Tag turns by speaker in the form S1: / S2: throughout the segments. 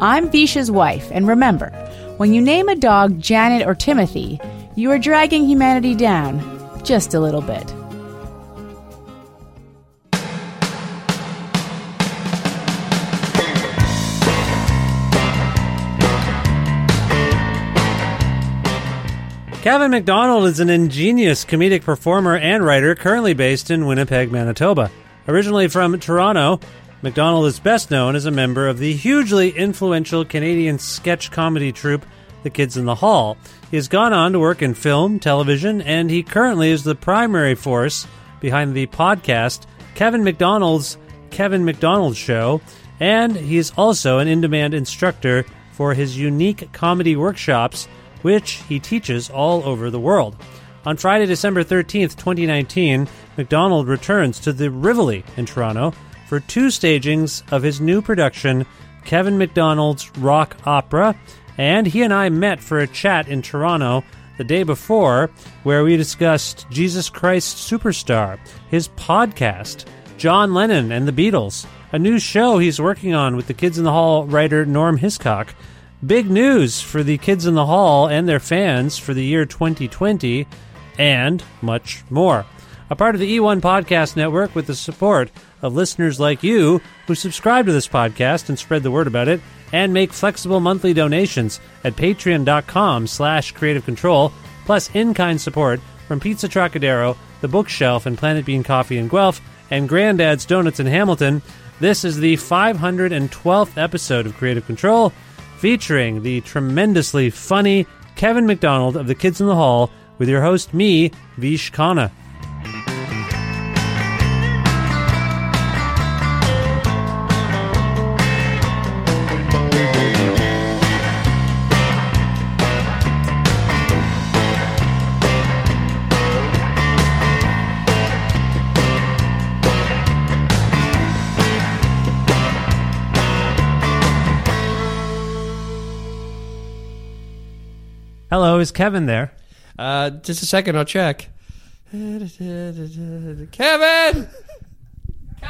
S1: I'm Visha's wife, and remember, when you name a dog Janet or Timothy, you are dragging humanity down just a little bit.
S2: Kevin McDonald is an ingenious comedic performer and writer currently based in Winnipeg, Manitoba. Originally from Toronto, McDonald is best known as a member of the hugely influential Canadian sketch comedy troupe, The Kids in the Hall. He has gone on to work in film, television, and he currently is the primary force behind the podcast Kevin McDonald's Kevin McDonald Show, and he's also an in demand instructor for his unique comedy workshops which he teaches all over the world. On Friday, December 13th, 2019, McDonald returns to the Rivoli in Toronto for two stagings of his new production, Kevin McDonald's Rock Opera, and he and I met for a chat in Toronto the day before where we discussed Jesus Christ Superstar, his podcast, John Lennon and the Beatles, a new show he's working on with the Kids in the Hall writer Norm Hiscock. Big news for the kids in the hall and their fans for the year 2020, and much more. A part of the E1 Podcast Network with the support of listeners like you who subscribe to this podcast and spread the word about it and make flexible monthly donations at patreon.com slash creative control plus in-kind support from Pizza Trocadero, The Bookshelf and Planet Bean Coffee in Guelph and Granddad's Donuts in Hamilton. This is the 512th episode of Creative Control featuring the tremendously funny Kevin McDonald of The Kids in the Hall with your host, me, Vish Khanna. Hello, is Kevin there?
S3: Uh, just a second, I'll check. Kevin, Kevin.
S4: da,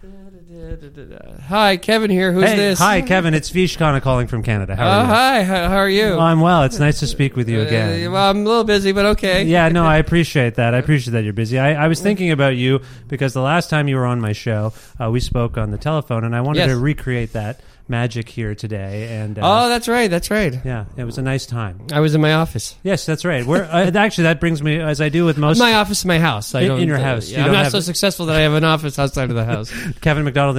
S4: da, da, da. Hi, Kevin here. Who's
S2: hey,
S4: this?
S2: hi, Kevin. It's Vishkana calling from Canada. How
S4: Oh,
S2: are you?
S4: hi. How, how are you?
S2: Well, I'm well. It's nice to speak with you again.
S4: Uh, well, I'm a little busy, but okay.
S2: Yeah, no, I appreciate that. I appreciate that you're busy. I, I was thinking about you because the last time you were on my show, uh, we spoke on the telephone, and I wanted
S4: Yes.
S2: to recreate that magic here today. And uh,
S4: Oh, that's right. That's right.
S2: yeah, it was a nice time.
S4: I was in my office.
S2: Yes, that's right. We're, uh, actually, that brings me, as I do with most
S4: My office, is my house. I
S2: In-
S4: don't,
S2: in your house.
S4: yeah,
S2: You
S4: I'm
S2: don't
S4: not
S2: have-
S4: so successful that I have an office outside of the house.
S2: Kevin McDonald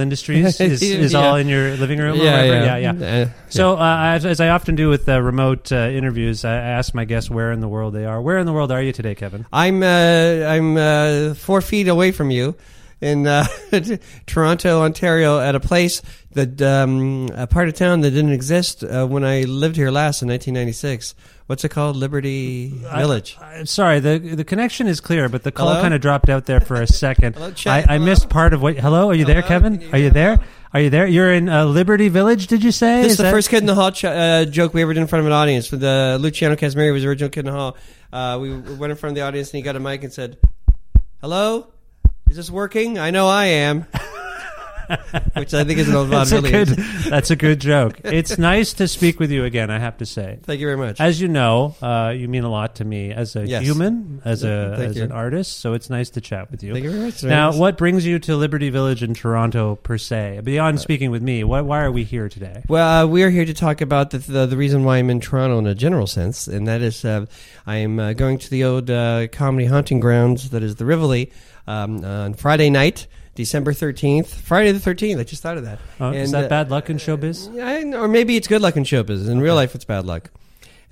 S2: Industries is, is
S4: Yeah.
S2: all in your living room. or whatever. yeah, yeah.
S4: Uh,
S2: So, uh, as, as I often do with uh, remote uh, interviews, I, I ask my guests where in the world they are. Where in the world are you today, Kevin?
S4: I'm uh, I'm uh, four feet away from you in uh, Toronto, Ontario, at a place that um, a part of town that didn't exist uh, when I lived here last in 1996. What's it called? Liberty Village.
S2: I'm sorry, the the connection is clear, but the call
S4: Hello?
S2: kind of dropped out there for a second.
S4: Hello,
S2: I,
S4: chat.
S2: I missed part of what. Hello, are you there,
S4: Hello?
S2: Kevin?
S4: Can you
S2: are you
S4: hear me?
S2: there? Are you there? You're in uh, Liberty Village, did you say?
S4: this
S2: Is
S4: is the
S2: that-
S4: first kid in the hall ch- uh, joke we ever did in front of an audience. For the uh, Luciano Casimiri was the original kid in the hall. Uh, we went in front of the audience and he got a mic and said, "Hello, is this working? I know I am." Which I think is an old
S2: That's a
S4: vaudeville.
S2: good. that's a good joke. It's nice to speak with you again. I have to say.
S4: Thank you very much.
S2: As you know, uh, you mean a lot to me as a
S4: Yes.
S2: human, as a
S4: Thank
S2: as
S4: you.
S2: an artist. So it's nice to chat with you.
S4: Thank you very much.
S2: Now,
S4: Nice.
S2: what brings you to Liberty Village in Toronto per se? Beyond speaking with me, why, why are we here today?
S4: Uh, Well, uh, we are here to talk about the, the the reason why I'm in Toronto in a general sense, and that is uh, I'm uh, going to the old uh, comedy haunting grounds that is the Rivoli um, on Friday night, December thirteenth. Friday the thirteenth. I just thought of that.
S2: Uh, is
S4: And,
S2: that
S4: uh,
S2: bad luck in showbiz?
S4: I, or maybe it's good luck in showbiz. In real life, it's bad luck.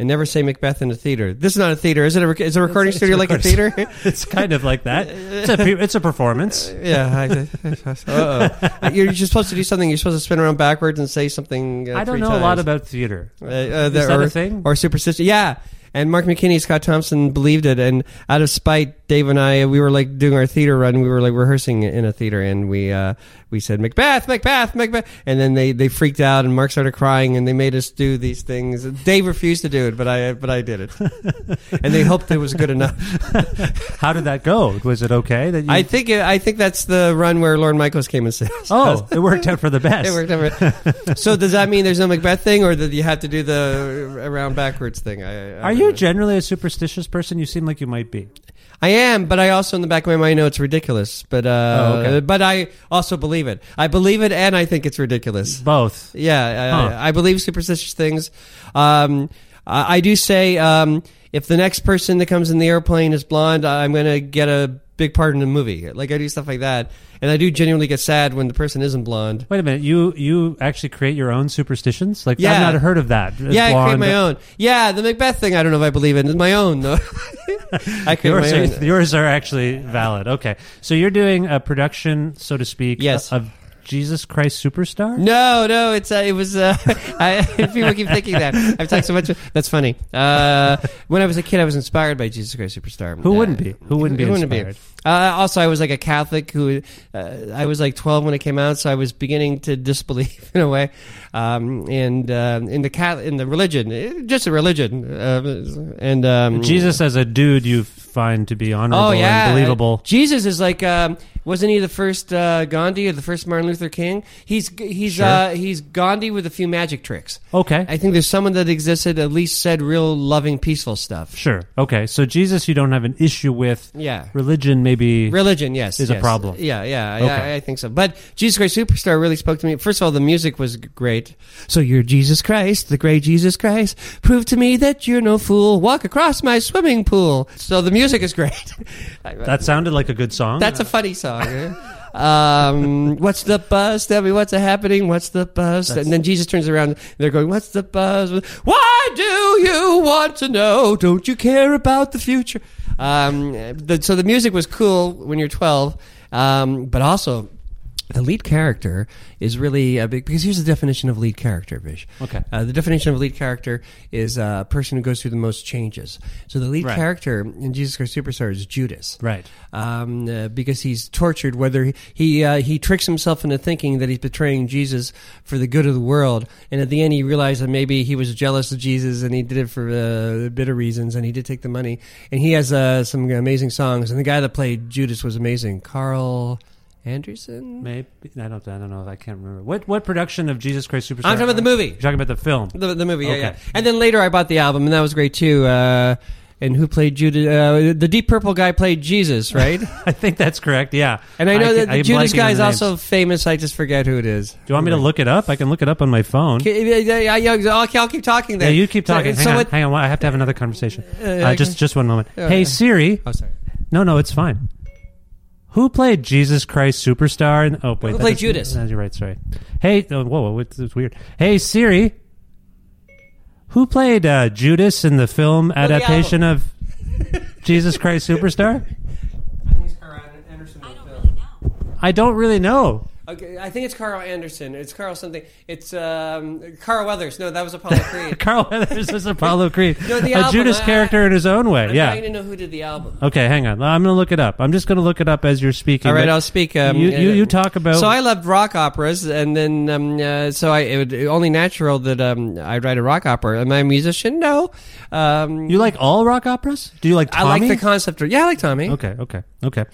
S4: And never say Macbeth in a theater. This is not a theater. Is it a, rec- is a recording
S2: It's- it's
S4: studio like a
S2: recording
S4: theater?
S2: it's kind of like that. It's a pe- it's a performance.
S4: yeah. I, uh-oh. You're just supposed to do something. You're supposed to spin around backwards and say something. Uh,
S2: I don't
S4: three
S2: know a lot
S4: times.
S2: about theater.
S4: Uh, uh,
S2: Is
S4: there-
S2: that
S4: or,
S2: a thing?
S4: Or superstition? Yeah. And Mark McKinney, Scott Thompson believed it, and out of spite, Dave and I, we were like doing our theater run. We were like rehearsing in a theater, and we uh, we said Macbeth, Macbeth, Macbeth, and then they, they freaked out, and Mark started crying, and they made us do these things. Dave refused to do it, but I but I did it, and they hoped it was good enough.
S2: How did that go? Was it okay? That you,
S4: I think it, I think that's the run where Lauren Michaels came and said,
S2: oh, it worked out for the best.
S4: It worked out. so does that mean there's no Macbeth thing, or that you have to do the around backwards thing? I, I
S2: Are you generally a superstitious person? You seem like you might be.
S4: I am, but I also in the back of my mind know it's ridiculous. But uh,
S2: Oh, okay.
S4: but I also believe it. I believe it, and I think it's ridiculous.
S2: Both.
S4: Yeah, I,
S2: Huh.
S4: I, I believe superstitious things. Um, I, I do say um, if the next person that comes in the airplane is blonde, I'm going to get a big part in the movie. Like I do stuff like that, and I do genuinely get sad when the person isn't blonde.
S2: Wait a minute. You you actually create your own superstitions? Like
S4: Yeah.
S2: I've not heard of that. It's
S4: yeah, I create
S2: blonde.
S4: my own. Yeah, the Macbeth thing. I don't know if I believe in. It's my own though. I create
S2: Yours
S4: my
S2: are,
S4: own.
S2: yours are actually valid. Okay, so you're doing a production, so to speak,
S4: Yes.
S2: of Jesus Christ Superstar.
S4: No, no, it's uh, it was. Uh, I, people keep thinking that I've talked so much. That's funny. Uh, when I was a kid, I was inspired by Jesus Christ Superstar.
S2: Who
S4: Uh,
S2: wouldn't be? Who wouldn't be inspired?
S4: Uh, also, I was like a Catholic who uh, I was like 12 when it came out, so I was beginning to disbelieve in a way, um, and uh, in the Catholic, in the religion, eh, just a religion, uh, and um,
S2: Jesus as a dude, you find to be honorable
S4: Oh yeah,
S2: and believable.
S4: Jesus is like, um, wasn't he the first uh, Gandhi or the first Martin Luther King? He's he's
S2: Sure.
S4: uh, he's Gandhi with a few magic tricks.
S2: Okay.
S4: I think there's someone that existed at least said real loving peaceful stuff.
S2: Sure. Okay. So Jesus, you don't have an issue with.
S4: Yeah.
S2: Religion, maybe.
S4: Religion, yes,
S2: Is a
S4: yes.
S2: problem.
S4: Yeah, yeah,
S2: Okay.
S4: I, I think so. But Jesus Christ Superstar really spoke to me. First of all, the music was g- great. So you're Jesus Christ, the great Jesus Christ. Prove to me that you're no fool. Walk across my swimming pool. So the music is great.
S2: That sounded like a good song.
S4: That's a funny song. eh? um, what's the buzz, Debbie? What's happening? What's the buzz? and then Jesus turns around. They're going, "What's the buzz? Why do you want to know? Don't you care about the future?" Um, the, so the music was cool when you're 12, um, but also. The lead character is really a big because here's the definition of lead character, Vish.
S2: Okay.
S4: Uh, the definition of lead character is uh, a person who goes through the most changes. So the lead
S2: Right.
S4: character in Jesus Christ Superstar is Judas
S2: Right.
S4: um, uh, because he's tortured. Whether he he, uh, he tricks himself into thinking that he's betraying Jesus for the good of the world, and at the end he realized that maybe he was jealous of Jesus and he did it for uh, bitter reasons, and he did take the money. And he has uh, some amazing songs, and the guy that played Judas was amazing, Carl. Anderson?
S2: Maybe I don't. I don't know. I can't remember what what production of Jesus Christ Superstar.
S4: I'm talking about the movie.
S2: You're talking about the film.
S4: The, the movie, yeah,
S2: Okay.
S4: yeah. And then later I bought the album, and that was great too. Uh, and who played Judas? Uh, the Deep Purple guy played Jesus, right?
S2: I think that's correct. Yeah.
S4: And I know that the
S2: I'm
S4: Judas
S2: blanking
S4: guy
S2: on
S4: is
S2: the
S4: also
S2: names.
S4: famous. I just forget who it is.
S2: Do you want me to look it up? I can look it up on my phone.
S4: Okay, yeah, yeah, yeah, yeah, okay, I'll keep talking
S2: Yeah,
S4: then.
S2: you keep
S4: So-
S2: talking.
S4: So,
S2: hang on,
S4: what-
S2: hang on. I have to have another conversation. Uh,
S4: okay.
S2: just just one moment. hey
S4: yeah.
S2: Siri.
S4: Oh, sorry.
S2: No, no, it's fine. Who played Jesus Christ Superstar? And oh wait,
S4: Who
S2: that
S4: played
S2: doesn't-
S4: Judas?
S2: no, you're right. Sorry. Hey, oh, whoa, whoa, it's, it's weird. Hey Siri. Who played uh, Judas in the film
S4: the
S2: adaptation of Jesus Christ Superstar? I don't really know.
S4: Okay, I think it's Carl Anderson. It's Carl something. It's um, Carl Weathers. No, that was Apollo Creed.
S2: Carl Weathers is Apollo Creed,
S4: No, the
S2: a
S4: album,
S2: Judas
S4: I-
S2: character in his own way.
S4: I'm
S2: yeah.
S4: dying to know who did the album.
S2: Okay, hang on. I'm going to look it up. I'm just going to look it up as you're speaking.
S4: All right,
S2: but
S4: I'll speak. Um,
S2: you, you,
S4: uh,
S2: you talk about.
S4: So I loved rock operas, and then um, uh, so I it would only natural that um, I'd write a rock opera. Am I a musician? No. Um,
S2: you like all rock operas? Do you like
S4: I
S2: Tommy?
S4: like the concept. of- Yeah, I like Tommy.
S2: Okay, okay, okay.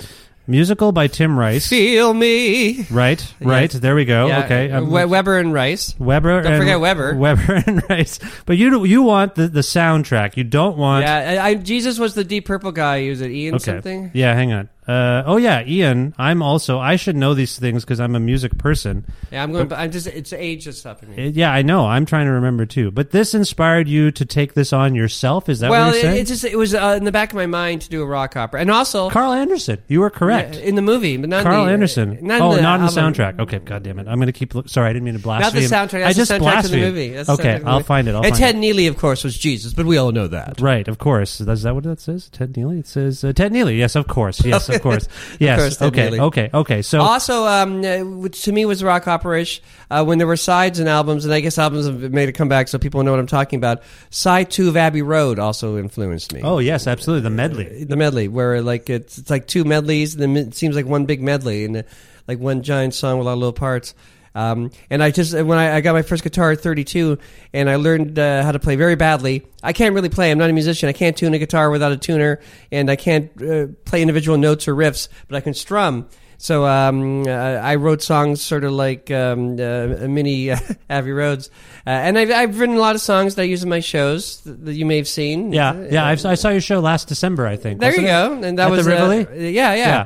S2: Musical by Tim Rice.
S4: Feel me.
S2: Right, right. There we go.
S4: Yeah,
S2: okay. um,
S4: We- Weber and Rice.
S2: Weber.
S4: Don't
S2: and-
S4: forget Weber.
S2: Weber and Rice. But you do- you want the, the soundtrack. You don't want.
S4: Yeah, I, I, Jesus was the Deep Purple guy. He was it Ian something?
S2: Yeah, hang on. Uh, oh yeah, Ian. I'm also. I should know these things because I'm a music person.
S4: Yeah, I'm going. But I'm just. It's age that's stopping me.
S2: Uh, Yeah, I know. I'm trying to remember too. But this inspired you to take this on yourself. Is that
S4: well,
S2: what you're saying?
S4: it, it's just it was uh, in the back of my mind to do a rock opera, and also
S2: Carl Anderson. You were correct.
S4: Yeah, in the movie, but not in
S2: Carl
S4: the- uh,
S2: Anderson.
S4: Not
S2: oh,
S4: in the
S2: not in the
S4: album.
S2: soundtrack. Okay, God damn it. I'm going to keep. Look- Sorry, I didn't mean to
S4: Not
S2: blaspheme.
S4: the soundtrack. That's
S2: I just
S4: the soundtrack
S2: blasphemed.
S4: to the movie. That's the soundtrack
S2: okay,
S4: to the
S2: I'll
S4: movie.
S2: find it. I'll
S4: and
S2: find
S4: Ted
S2: it.
S4: Neely, of course, was Jesus, but we all know that.
S2: Right, of course. Is that what that says? Ted Neely. It says uh, Ted Neely. Yes, of course. Yes, of course. Yes.
S4: course, Ted
S2: okay.
S4: Neely.
S2: Okay. Okay. So
S4: Also, um, uh, which to me was rock opera-ish, uh, when there were sides and albums, and I guess albums have made a comeback, so people know what I'm talking about. Side two of Abbey Road also influenced me.
S2: Oh yes, absolutely. The medley.
S4: the medley where like it's it's like two medleys and then it seems like one big medley and uh, like one giant song with a lot of little parts um, and I just when I, I got my first guitar at 32 and I learned uh, how to play very badly I can't really play I'm not a musician I can't tune a guitar without a tuner and I can't uh, play individual notes or riffs but I can strum so um, uh, I wrote songs sort of like um, uh, mini uh, Abbey Roads uh, and I've, I've written a lot of songs that I use in my shows that you may have seen
S2: Yeah. Yeah. I've, I saw your show last December. I think.
S4: there you go.
S2: wasn't it?
S4: And that
S2: At
S4: was
S2: the
S4: uh,
S2: Rivoli.
S4: yeah, yeah.
S2: Yeah.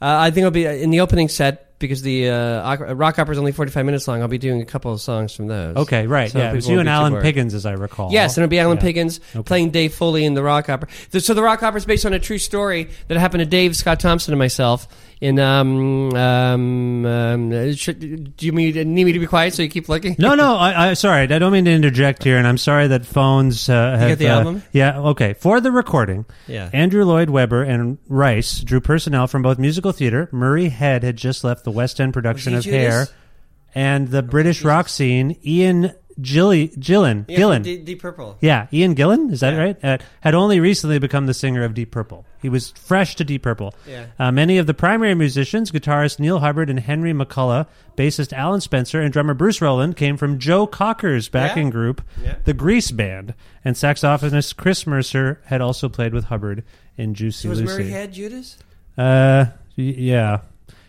S4: Uh, I think I'll be uh, in the opening set because the uh, oc- rock opera is only forty five minutes long. I'll be doing a couple of songs from those.
S2: Okay, right.
S4: So
S2: yeah, it
S4: people
S2: was
S4: won't
S2: you and
S4: be too
S2: Alan
S4: bored.
S2: Piggins, as I recall.
S4: Yes, and it'll be Alan Piggins
S2: Okay.
S4: playing Dave Foley in the rock opera. The- So the rock opera is based on a true story that happened to Dave Scott Thompson and myself. In um um, um uh, should, do you mean, need me to be quiet so you keep looking?
S2: No, no. I, I sorry. I don't mean to interject here, and I'm sorry that phones. Uh, have,
S4: get the
S2: uh,
S4: album?
S2: Yeah. Okay. For the recording,
S4: Yeah.
S2: Andrew Lloyd Webber and Rice drew personnel from both musical theater. Murray Head had just left the West End production of
S4: Was he
S2: Hair,
S4: Judas? Oh,
S2: and the British rock scene. Ian Gilly, Gillan,
S4: Yeah,
S2: Gillan.
S4: Deep, Deep Purple.
S2: Yeah, Ian Gillan, is that right? Uh, had only recently become the singer of Deep Purple. He was fresh to Deep Purple.
S4: Yeah.
S2: Uh, many of the primary musicians, guitarist Neil Hubbard and Henry McCullough, bassist Alan Spencer, and drummer Bruce Rowland, came from Joe Cocker's backing
S4: Yeah.
S2: group, the Grease Band. And saxophonist Chris Mercer had also played with Hubbard in Juicy
S4: Was
S2: Lucy.
S4: Murray Head Judas?
S2: Uh, y- yeah,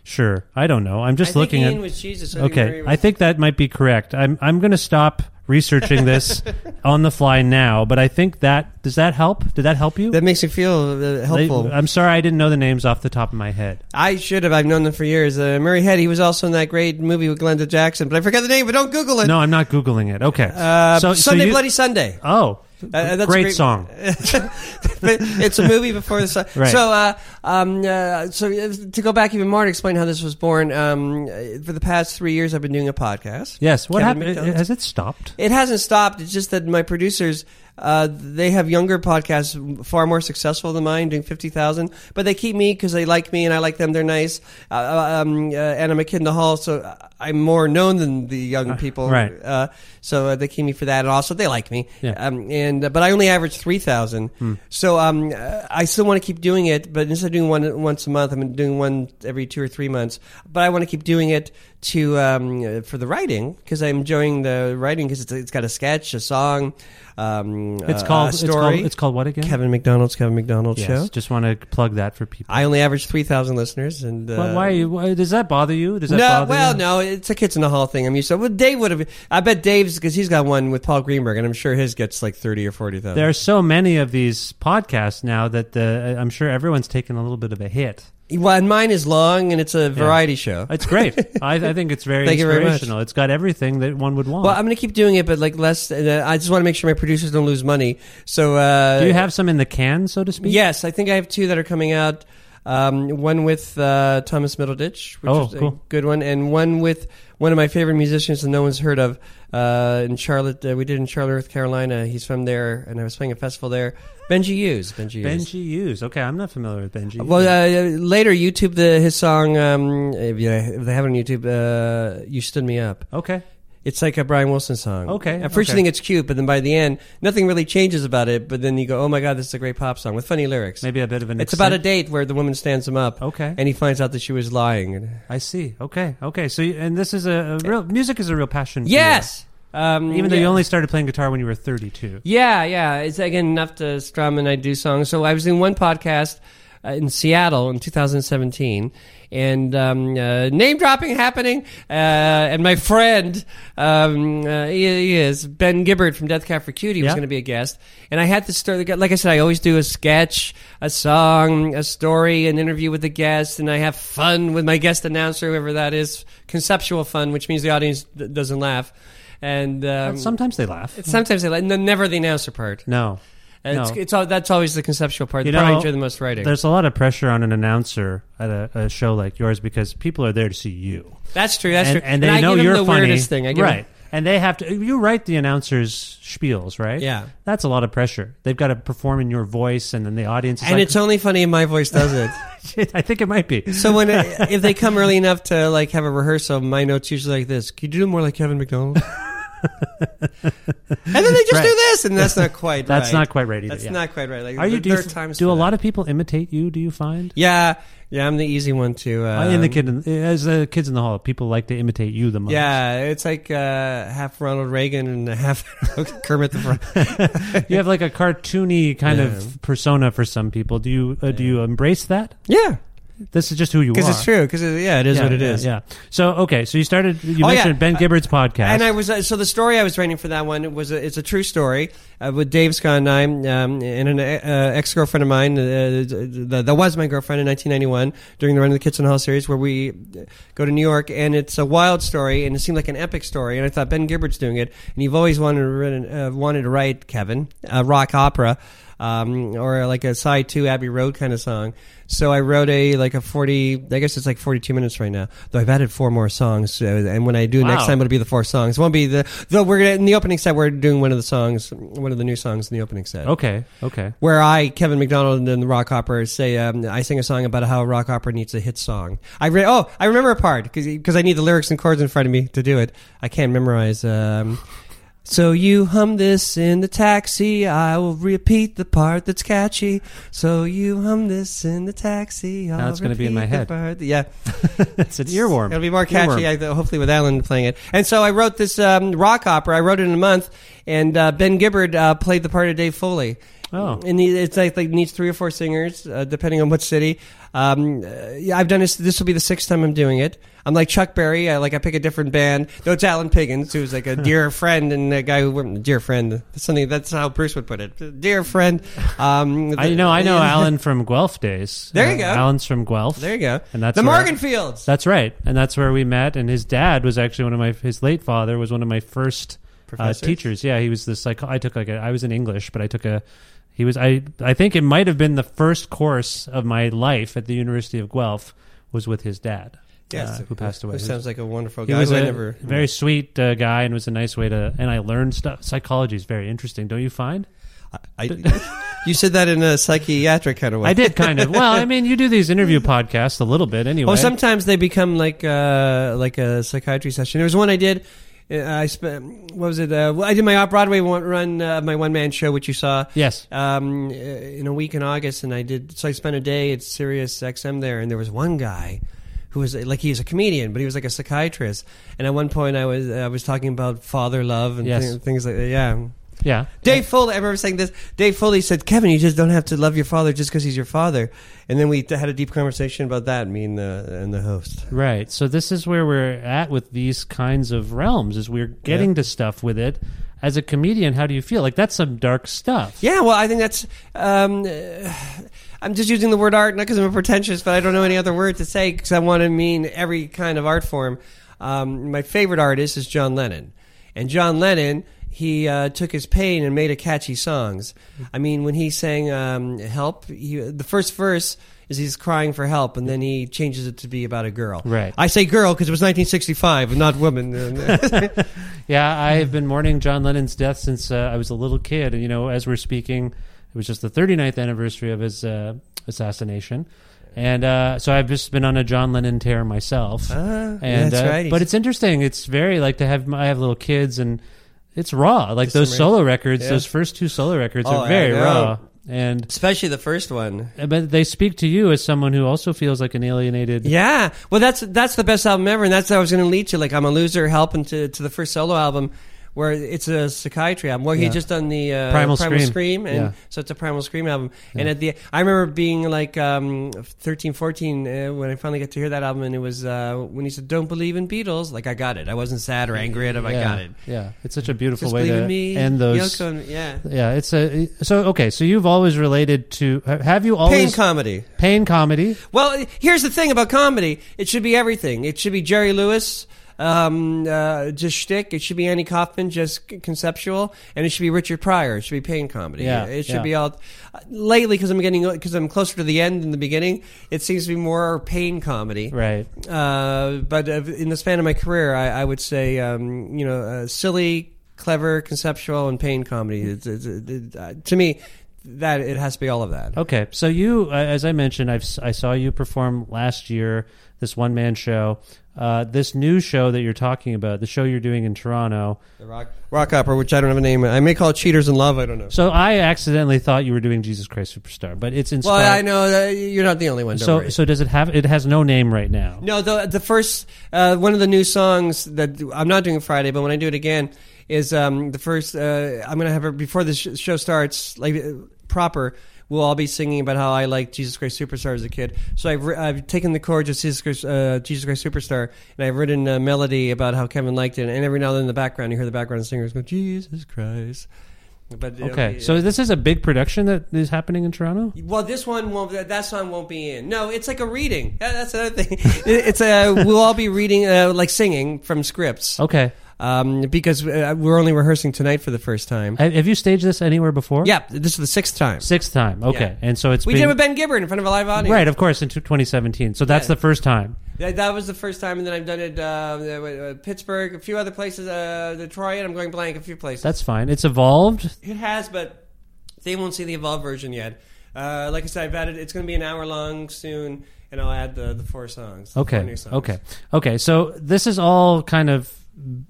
S2: sure. I don't know. I'm
S4: I
S2: just
S4: think
S2: looking
S4: Ian
S2: at.
S4: was Jesus. I think Murray
S2: Okay,
S4: was-
S2: I think that might be correct. I'm I'm going to stop researching this on the fly now, but I think that does that help? Did that help you?
S4: That makes me feel uh,
S2: They-
S4: helpful.
S2: I'm sorry I didn't know the names off the top of my head.
S4: I should have. I've known them for years. Uh, Murray Head. He was also in that great movie with Glenda Jackson, but I forget the name. But don't Google it.
S2: No, I'm not googling it. Okay,
S4: Uh,
S2: so so
S4: Sunday
S2: you-
S4: Bloody Sunday.
S2: Oh,
S4: Uh, that's a
S2: great,
S4: great-
S2: song.
S4: But it's a movie before the sun.
S2: Right.
S4: So, uh, um, uh, so uh, to go back even more to explain how this was born. Um, uh, for the past three years, I've been doing a podcast.
S2: Yes, what
S4: Kevin
S2: happened?
S4: McDonald's.
S2: Has it stopped?
S4: It hasn't stopped. It's just that my producers, uh, they have younger podcasts far more successful than mine, doing fifty thousand. But they keep me because they like me and I like them. They're nice, uh, um, uh, and I'm a kid in the hall, so I'm more known than the young people.
S2: right.
S4: Uh, so uh, they keep me for that, and also they like me.
S2: Yeah. Hmm.
S4: Um, and uh, but I only average three thousand. So um, uh, I still want to keep doing it, but instead of doing one once a month, I'm doing one every two or three months. But I want to keep doing it to um, uh, for the writing because I'm enjoying the writing because it's, it's got a sketch, a song. Um,
S2: It's
S4: a-
S2: called-
S4: a
S2: it's
S4: story.
S2: called- it's called what again?
S4: Kevin McDonald's Kevin McDonald
S2: Yes,
S4: show.
S2: just want to plug that for people.
S4: I only average three thousand listeners, and uh,
S2: why, why, are you- why- Does that bother you? Does that
S4: no,
S2: bother
S4: well,
S2: you?
S4: no, it's a kids in the hall thing. I'm used to. Well, Dave would have. I bet Dave's because he's got one with Paul Greenberg, and I'm sure his gets like thirty or forty thousand.
S2: There are so many of these podcasts now that the, I'm sure everyone's taken a little bit of a hit.
S4: Well, and mine is long, and it's a variety show.
S2: It's great. I, I think it's very
S4: Thank you very much.
S2: inspirational. It's got everything that one would want.
S4: well, I'm going to keep doing it, but like less. Uh, I just want to make sure my producers don't lose money. So, uh,
S2: Do you have some in the can, so to speak?
S4: Yes, I think I have two that are coming out. Um, one with uh, Thomas Middleditch, which
S2: Oh,
S4: is a
S2: cool.
S4: good one, and one with one of my favorite musicians that no one's heard of uh, in Charlotte. Uh, we did in Charlotte, North Carolina. He's from there, and I was playing a festival there. Benji Hughes. Benji Hughes.
S2: Benji Hughes. Okay, I'm not familiar with Benji.
S4: Well, uh, later YouTube the his song. Um, if, you, if they have it on YouTube, uh, "You Stood Me Up."
S2: okay.
S4: It's like a Brian Wilson song.
S2: Oh. Okay,
S4: At first
S2: okay.
S4: you think it's cute, but then by the end, nothing really changes about it. But then you go, "Oh my god, this is a great pop song with funny lyrics."
S2: Maybe a bit of an.
S4: it's about a
S2: eccentric-
S4: date where the woman stands him up.
S2: Okay.
S4: And he finds out that she was lying.
S2: I see. Okay, okay. So, you- and this is a, a real music is a real passion. for you.
S4: Yes. Um,
S2: Even though
S4: yeah.
S2: you only started playing guitar when you were 32.
S4: Yeah, yeah. It's again enough to strum and I do songs. So I was doing one podcast uh, in Seattle in 2017, and um, uh, name dropping happening. Uh, and my friend, um, uh, he, he is Ben Gibbard from Death Cab for Cutie, was
S2: Yeah.
S4: going to be a guest. And I had to start. Like I said, I always do a sketch, a song, a story, an interview with the guest, and I have fun with my guest announcer, whoever that is. Conceptual fun, which means the audience d- doesn't laugh. And um,
S2: Sometimes they laugh.
S4: Sometimes they like no, never the announcer part.
S2: no.
S4: And It's,
S2: no.
S4: it's all, that's always the conceptual part. Probably enjoy the most writing.
S2: There's a lot of pressure on an announcer at a, a show like yours because people are there to see you.
S4: That's true. That's
S2: and,
S4: true.
S2: and they
S4: I
S2: know
S4: give them
S2: you're
S4: the
S2: funny.
S4: weirdest thing. I give
S2: right.
S4: them-
S2: And they have to. You write the announcers' spiels, right?
S4: Yeah.
S2: That's a lot of pressure. They've got to perform in your voice, and then the audience. Is
S4: and
S2: like,
S4: it's only funny in my voice does it.
S2: I think it might be.
S4: so when uh, if they come early enough to like have a rehearsal, my notes usually like this. Can you do more like Kevin McDonald? and then they just
S2: Right.
S4: do this, and that's not quite.
S2: That's
S4: right.
S2: not quite right either,
S4: That's
S2: yeah.
S4: not quite right. Like,
S2: Are you do,
S4: there
S2: you
S4: are
S2: f-
S4: times
S2: do
S4: for
S2: a
S4: that.
S2: lot of people imitate you? Do you find
S4: Yeah, yeah. I'm the easy one to. Uh,
S2: Uh, in the kid in, as the kids in the hall? People like to imitate you the most.
S4: Yeah, it's like uh, half Ronald Reagan and half Kermit the Frog.
S2: you have like a cartoony kind of persona for some people. Do you uh, do you embrace that?
S4: Yeah,
S2: This is just who you are.
S4: because it's true. Because yeah, it is
S2: Yeah,
S4: what it
S2: yeah,
S4: is.
S2: Yeah. So okay, so you started. You
S4: Oh, yeah.
S2: mentioned Ben
S4: Uh,
S2: Gibbard's podcast.
S4: And I was uh, so the story I was writing for that one was a, it's a true story uh, with Dave Scott and I um, and an uh, ex girlfriend of mine uh, that, that was my girlfriend in 1991 during the run of the Kitchen Hall series where we uh, go to New York and it's a wild story and it seemed like an epic story and I thought Ben Gibbard's doing it and you've always wanted to write, uh, wanted to write Kevin a rock opera. Um, or like a side two Abbey Road kind of song. So I wrote a like a forty. I guess it's like forty two minutes right now. Though I've added four more songs. Uh, and when I do next
S2: Wow.
S4: time, it'll be the four songs. It won't be the though. We're gonna in the opening set. We're doing one of the songs, one of the new songs in the opening set.
S2: okay, okay.
S4: Where I, Kevin McDonald, and the rock opera say, um, I sing a song about how a rock opera needs a hit song. I re- oh, I remember a part because I need the lyrics and chords in front of me to do it. I can't memorize. Um, so you hum this in the taxi. I will repeat the part that's catchy. So you hum this in the taxi. I'll
S2: Now it's gonna be in
S4: repeat the
S2: my head.
S4: part- Yeah.
S2: It's an earworm.
S4: It'll be more catchy,
S2: Earworm.
S4: I, hopefully, with Alan playing it. And so I wrote this um, rock opera. I wrote it in a month, and uh, Ben Gibbard uh, played the part of Dave Foley.
S2: Oh.
S4: and he, it's like, like needs three or four singers, uh, depending on what city. Um, uh, yeah, I've done this. This will be the sixth time I'm doing it. I'm like Chuck Berry. I like I pick a different band. Though it's Alan Piggins, who's like a dear friend and a guy who dear friend. That's something that's how Bruce would put it. Dear friend. Um,
S2: I know. I know Alan from Guelph days. Uh,
S4: There you go.
S2: Alan's from Guelph.
S4: There you go.
S2: And that's
S4: the
S2: where-
S4: Morganfields.
S2: That's right, and that's where we met. And his dad was actually one of my his late father was one of my first uh,
S4: Professors?
S2: teachers. Yeah, he was the psych. I took like a, I was in English, but I took a he was I I think it might have been the first course of my life at the University of Guelph was with his dad.
S4: Yes.
S2: uh, who passed away.
S4: Who sounds like a wonderful
S2: he
S4: guy.
S2: was
S4: Oh, who I
S2: a
S4: never
S2: very sweet uh, guy, and was a nice way to. And I learned stuff. Psychology is very interesting, don't you find?
S4: I, you said that in a psychiatric kind of way.
S2: I did kind of. Well, I mean, you do these interview podcasts a little bit anyway.
S4: Well, sometimes they become like uh, like a psychiatry session. There was one I did. uh, I spent what was it? Uh, well, I did my off Broadway one, run uh, my one man show, which you saw.
S2: Yes.
S4: Um, uh, in a week in August, and I did. So I spent a day at Sirius XM there, and there was one guy who was like he was a comedian, but he was like a psychiatrist. And at one point, I was I was talking about father love and
S2: Yes.
S4: thi- things like that. Yeah.
S2: Yeah.
S4: Dave Foley, I remember saying this. Dave Foley said, "Kevin, you just don't have to love your father just because he's your father." And then we t- had a deep conversation about that. Me and the and the host.
S2: Right. So this is where we're at with these kinds of realms is we're getting
S4: Yeah.
S2: to stuff with it. As a comedian, how do you feel? Like that's some dark stuff.
S4: Yeah, well, I think that's. Um, uh, I'm just using the word art not because I'm pretentious, but I don't know any other word to say because I want to mean every kind of art form. Um, my favorite artist is John Lennon, and John Lennon he uh, took his pain and made it catchy songs. I mean, when he sang um, "Help," he, the first verse is he's crying for help, and then he changes it to be about a girl.
S2: Right.
S4: I say girl because it was 1965, and not woman.
S2: Yeah, I've been mourning John Lennon's death since uh, I was a little kid. And, you know, as we're speaking, it was just the 39th anniversary of his uh, assassination. And uh, so I've just been on a John Lennon tear myself.
S4: Ah,
S2: and,
S4: that's
S2: uh,
S4: right.
S2: But it's interesting. It's very like to have, I have little kids and it's raw. Like
S4: Just some
S2: those
S4: ra-
S2: solo records,
S4: Yeah.
S2: those first two solo records
S4: Oh, I
S2: are very
S4: know.
S2: raw. And
S4: Especially the first one.
S2: but they speak to you as someone who also feels like an alienated.
S4: Yeah, well, that's that's the best album ever, and that's what I was going to lead to. Like, I'm a loser, helping to to the first solo album, where it's a psychiatry album. Well, he
S2: Yeah.
S4: just done the uh,
S2: Primal Scream.
S4: and
S2: Yeah.
S4: so it's a Primal Scream album. And at the, I remember being like um, 13, 14 uh, when I finally got to hear that album, and it was uh, when he said, "Don't believe in Beatles." Like, I got it. I wasn't sad or angry at him. I
S2: yeah,
S4: got it.
S2: Yeah, it's such a beautiful
S4: Just
S2: way
S4: believe
S2: to
S4: in me.
S2: end those.
S4: Yoko and- yeah.
S2: Yeah, it's a so okay. So you've always related to have you
S4: Pain
S2: always
S4: comedy.
S2: pain comedy?
S4: Well, here's the thing about comedy: it should be everything. It should be Jerry Lewis, um, uh, just shtick. It should be Annie Kaufman, just c- conceptual, and it should be Richard Pryor. It should be pain comedy.
S2: Yeah,
S4: it should
S2: yeah.
S4: be all. Lately, because I'm getting because I'm closer to the end than the beginning, it seems to be more pain comedy.
S2: Right.
S4: Uh, but uh, in the span of my career, I, I would say um, you know uh, silly, clever, conceptual, and pain comedy. It's, it's, it, uh, to me, that it has to be all of that.
S2: Okay, so you, uh, as I mentioned, I've si saw you perform last year this one man show. Uh, this new show that you're talking about, the show you're doing in Toronto.
S4: The rock, rock opera, which I don't have a name. I may call it Cheaters in Love. I don't know.
S2: So I accidentally thought you were doing Jesus Christ Superstar, but it's inspired.
S4: well, I know that you're not the only one. Don't
S2: So
S4: worry.
S2: so does it have? It has no name right now.
S4: no, the the first uh, one of the new songs that I'm not doing Friday, but when I do it again is um, the first. Uh, I'm gonna have a, before the sh- show starts, like uh, proper. We'll all be singing about how I liked Jesus Christ Superstar as a kid. So I've ri- I've taken the chords of Jesus Christ, uh, Jesus Christ Superstar and I've written a melody about how Kevin liked it. And every now and then in the background, you hear the background singers go Jesus Christ. But it'll
S2: Okay,
S4: be-
S2: so this is a big production that is happening in Toronto.
S4: Well, this one won't. That that song won't be in. No, it's like a reading. That- That's another thing. It- It's a. We'll all be reading, uh, like singing from scripts.
S2: Okay,
S4: Um, because uh, we're only rehearsing tonight for the first time.
S2: have have you staged this anywhere before?
S4: yeah, this is the sixth time.
S2: sixth time. Okay, and so it's
S4: we
S2: been,
S4: did it with Ben Gibbard in front of a live audience.
S2: Right, of course, in 2017. So that's
S4: Yeah.
S2: the first time.
S4: That, that was the first time, and then I've done it uh, uh, Pittsburgh, a few other places, uh, Detroit. and I'm going blank, a few places.
S2: That's fine. It's evolved.
S4: It has, but they won't see the evolved version yet. Uh, like I said, I've added. It's going to be an hour long soon, and I'll add the, the four songs. the four
S2: Okay.
S4: new songs.
S2: Okay. Okay. So this is all kind of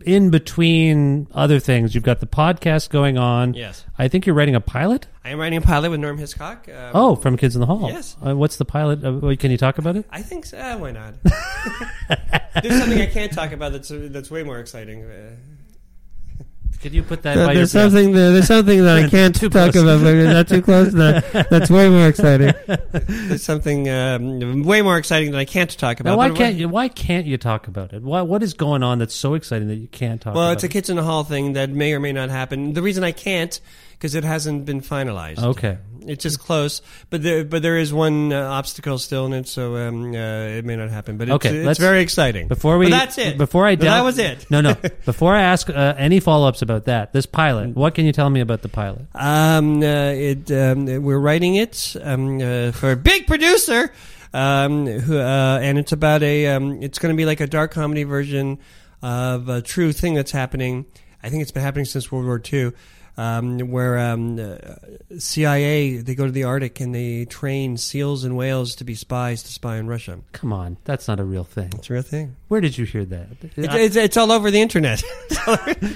S2: in between other things. You've got the podcast going on.
S4: Yes.
S2: I think you're writing a pilot.
S4: I am writing a pilot with Norm Hiscock. Um,
S2: Oh, from Kids in the Hall.
S4: Yes.
S2: Uh, what's the pilot? Uh, wait, can you talk about it?
S4: I think so. Uh, why not? There's something I can't talk about that's that's way more exciting. Uh,
S2: Could you put that
S5: Uh,
S2: by
S5: there's
S2: your
S5: something there, there's something that I can't
S2: Too
S5: talk about, but we're not too close. Now. That's way more exciting.
S4: There's something um, way more exciting that I can't talk about.
S2: Now, why
S4: but-
S2: can't you? Why can't you talk about it? Why, what is going on that's so exciting that you can't talk?
S4: Well,
S2: about
S4: it's a
S2: it?
S4: kids in the hall thing that may or may not happen. The reason I can't because it hasn't been finalized.
S2: Okay.
S4: It's just close, but there but there is one uh, obstacle still in it, so um, uh, it may not happen. But it's,
S2: Okay,
S4: it's
S2: let's-
S4: very exciting.
S2: Before we,
S4: but that's it.
S2: Before I,
S4: But that
S2: delve-
S4: was it.
S2: No, no. Before I ask uh, any follow ups about that, this pilot. What can you tell me about the pilot?
S4: Um, uh, it, um, we're writing it um, uh, for a big producer, um, who, uh, and it's about a. Um, it's going to be like a dark comedy version of a true thing that's happening. I think it's been happening since World War II, um, where um, uh, CIA they go to the Arctic and they train seals and whales to be spies to spy on Russia.
S2: Come on, that's not a real thing.
S4: It's a real thing.
S2: Where did you hear that?
S4: It's,
S2: I-
S4: it's, it's all over the internet.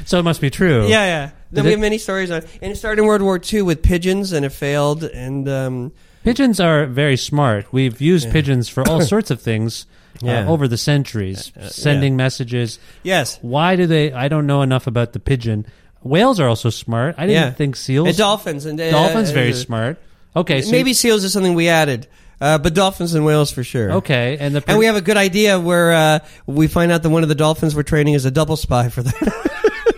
S2: so it must be true.
S4: Yeah, yeah. Then
S2: Did
S4: we
S2: it-
S4: have many stories on, and it started in World War II with pigeons, and it failed. And um,
S2: Pigeons are very smart. We've used pigeons for all sorts of things. uh,
S4: Yeah.
S2: over the centuries,
S4: Uh, uh,
S2: sending
S4: yeah.
S2: messages.
S4: Yes.
S2: Why do they? I don't know enough about the pigeon. Whales are also smart. I didn't
S4: Yeah.
S2: think seals.
S4: And dolphins and uh,
S2: dolphins very
S4: uh,
S2: smart. Okay, so
S4: maybe seals is something we added, uh, but dolphins and whales for sure.
S2: Okay, and the
S4: and we have a good idea where uh, we find out that one of the dolphins we're training is a double spy for the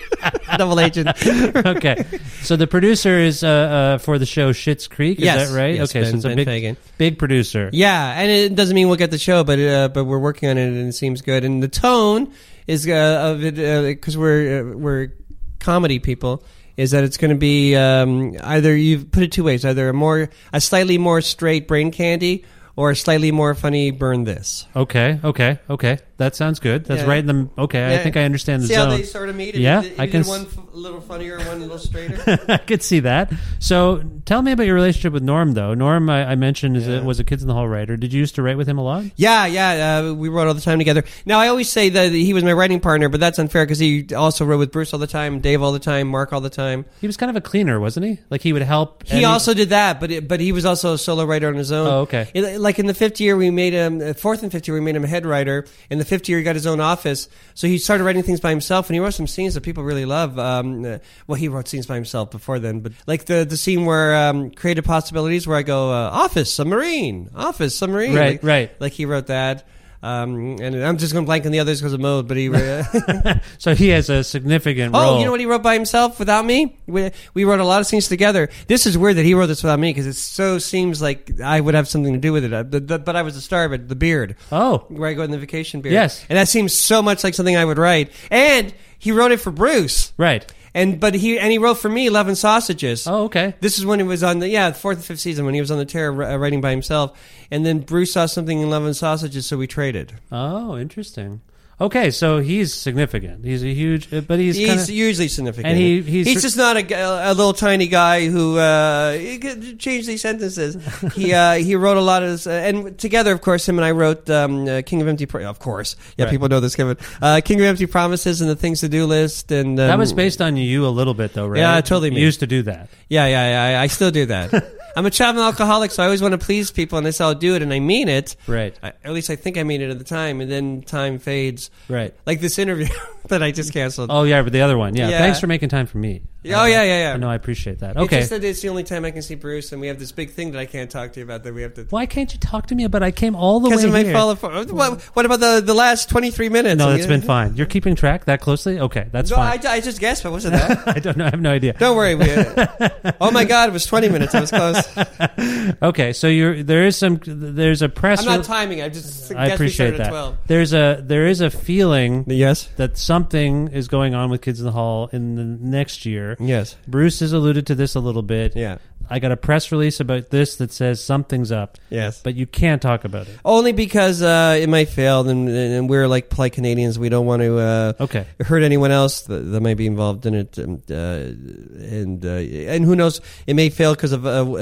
S4: double agent.
S2: okay, so the producer is uh, uh, for the show Shit's Creek. Is
S4: Yes.
S2: that right?
S4: Yes,
S2: okay,
S4: Ben-
S2: so it's a
S4: Ben
S2: big,
S4: Fagan.
S2: big producer.
S4: Yeah, and it doesn't mean we'll get the show, but uh, but we're working on it, and it seems good. And the tone is uh, of it because we're uh, we're comedy people. Is that it's going to be um, either you put it two ways: either a more a slightly more straight brain candy, or a slightly more funny burn this.
S2: Okay, okay, okay. That sounds good. That's
S4: Yeah.
S2: right in the. Okay, I
S4: Yeah.
S2: think I understand the
S4: See
S2: zone.
S4: how they sort of meet.
S2: Yeah,
S4: Either-
S2: I
S4: either
S2: can.
S4: One
S2: s-
S4: f- a little funnier, one a little straighter.
S2: I could see that. So, tell me about your relationship with Norm, though. Norm, I, I mentioned, is a, was a Kids in the Hall writer. Did you used to write with him a lot?
S4: Yeah, yeah, uh, we wrote all the time together. Now I always say that he was my writing partner, but that's unfair because he also wrote with Bruce all the time, Dave all the time, Mark all the time.
S2: He was kind of a cleaner, wasn't he? Like he would help.
S4: He
S2: any-
S4: also did that, but it, but he was also a solo writer on his own.
S2: Oh, okay.
S4: It- like in the fifth year, we made him uh, fourth and fifth year, we made him a head writer. In the fifth year, he got his own office, so he started writing things by himself, and he wrote some scenes that people really love. Um, uh, well, he wrote scenes by himself before then, but like the the scene where um, creative possibilities, where I go uh, office submarine, office submarine,
S2: Right,
S4: Like-
S2: right.
S4: Like he wrote that. Um, and I'm just going to blank on the others because of mode, but he. uh,
S2: So he has a significant role.
S4: Oh, you know what he wrote by himself without me? We, we wrote a lot of scenes together. This is weird that he wrote this without me because it so seems like I would have something to do with it. I, but, but but I was the star of it, the beard.
S2: Oh.
S4: Where I go in the vacation beard.
S2: Yes.
S4: And that seems so much like something I would write. And he wrote it for Bruce.
S2: Right.
S4: And but he and he wrote for me Love and Sausages.
S2: Oh, okay.
S4: This is when he was on the yeah the fourth and fifth season when he was on the terror uh, writing by himself, and then Bruce saw something in Love and Sausages, so we traded.
S2: Oh, interesting. Okay, so he's significant. He's a huge, uh, but he's,
S4: he's
S2: kinda,
S4: usually significant,
S2: and he- he's-
S4: just not a, g- a little tiny guy who uh, he could change these sentences. he uh, he wrote a lot of, his, uh, and together, of course, him and I wrote um, uh, King of Empty. Pro- of course, yeah,
S2: Right.
S4: people know this, Kevin. Uh, King of Empty Promises and the Things to Do List, and um,
S2: that was based on you a little bit, though, right?
S4: Yeah, totally
S2: You
S4: me.
S2: used to do that.
S4: Yeah, yeah, yeah. I, I still do that. I'm a traveling alcoholic, so I always want to please people, and I say I'll do it, and I mean it.
S2: Right.
S4: I, at least I think I mean it at the time, and then time fades.
S2: Right.
S4: Like this interview that I just canceled.
S2: Oh yeah, but the other one. Yeah.
S4: Yeah.
S2: Thanks for making time for me.
S4: Yeah, oh, yeah, yeah, yeah.
S2: No, I appreciate that.
S4: It's
S2: Okay.
S4: just that it's the only time I can see Bruce, and we have this big thing that I can't talk to you about that we have to.
S2: Why can't you talk to me about I came all the way
S4: Because it may
S2: here?
S4: fall apart. What, what about the, the last 23 minutes?
S2: no,
S4: I
S2: that's
S4: mean,
S2: been fine. You're keeping track that closely? Okay, that's
S4: No, I,
S2: fine.
S4: I just guessed, but wasn't that?
S2: I, don't know. I have no idea.
S4: Don't worry. We, oh my God, it was 20 minutes. I was close.
S2: Okay, so you're there is some there's a press
S4: I'm
S2: re-
S4: not timing. I just
S2: I
S4: guessed
S2: appreciate
S4: we started
S2: that.
S4: at 12.
S2: There's a there is a feeling
S4: Yes.
S2: that something is going on with Kids in the Hall in the next year.
S4: Yes.
S2: Bruce has alluded to this a little bit.
S4: Yeah.
S2: I got a press release about this that says something's up.
S4: Yes.
S2: But you can't talk about it.
S4: Only because uh, it might fail, and, and we're like polite Canadians. We don't want to uh,
S2: Okay.
S4: hurt anyone else that, that might be involved in it, and uh, and, uh, and who knows? It may fail because of uh,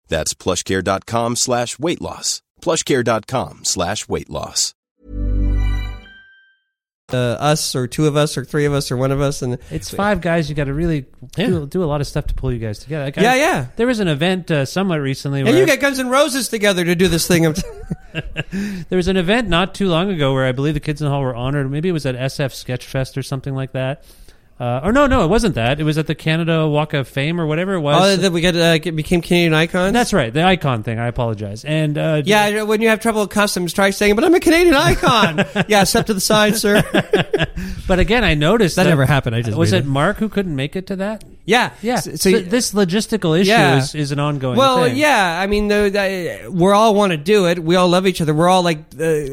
S6: That's plushcare.com slash weight loss. Plushcare.com slash weight loss.
S4: uh, us or two of us or three of us or one of us, and
S2: It's five guys. You got to really do, do a lot of stuff to pull you guys together. Like,
S4: Yeah, yeah.
S2: There was an event uh, somewhat recently.
S4: and
S2: where
S4: you got Guns N' Roses together to do this thing. I'm t-
S2: There was an event not too long ago where I believe the kids in the hall were honored. Maybe it was at SF Sketchfest or something like that. Uh, or no, no, it wasn't that. It was at the Canada Walk of Fame or whatever it was.
S4: Oh, that we got uh, get- became Canadian icons.
S2: That's right, the icon thing. I apologize. And uh,
S4: Yeah, I- when you have trouble with customs, try saying, "But I'm a Canadian icon." yeah, step to the side, sir.
S2: but again, I noticed
S4: That never happened. I just
S2: was
S4: made
S2: it Mark who couldn't make it to that.
S4: Yeah,
S2: yeah.
S4: S-
S2: So,
S4: so you-
S2: this logistical issue
S4: Yeah.
S2: is, is an ongoing.
S4: Well,
S2: thing.
S4: yeah. I mean, though, that- we're all want to do it. We all love each other. We're all like uh,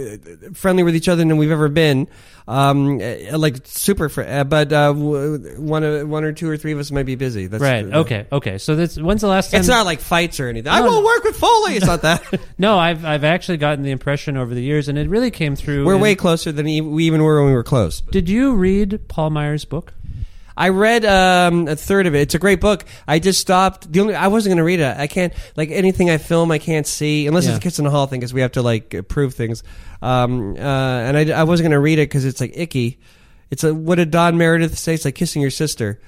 S4: friendly with each other than we've ever been. Um, uh, like super. Fr- uh, but uh, w- one, of- one or two or three of us might be busy. That's
S2: right. Okay. Okay. So this when's the last time?
S4: It's not like fights or anything. I
S2: No,
S4: won't work with Foley. It's not that.
S2: no, I've I've actually gotten the impression over the years, and it really came through.
S4: We're
S2: in-
S4: way closer than e- we even were when we were close.
S2: Did you read Paul Meyer's book?
S4: I read um, a third of it. It's a great book. I just stopped. The only I wasn't going to read it. I can't like anything I film. I can't see unless
S2: Yeah.
S4: it's a Kiss in the Hall thing because we have to like prove things. Um, uh, and I, I wasn't going to read it because it's like icky. It's a, what did Don Meredith say? It's like kissing your sister.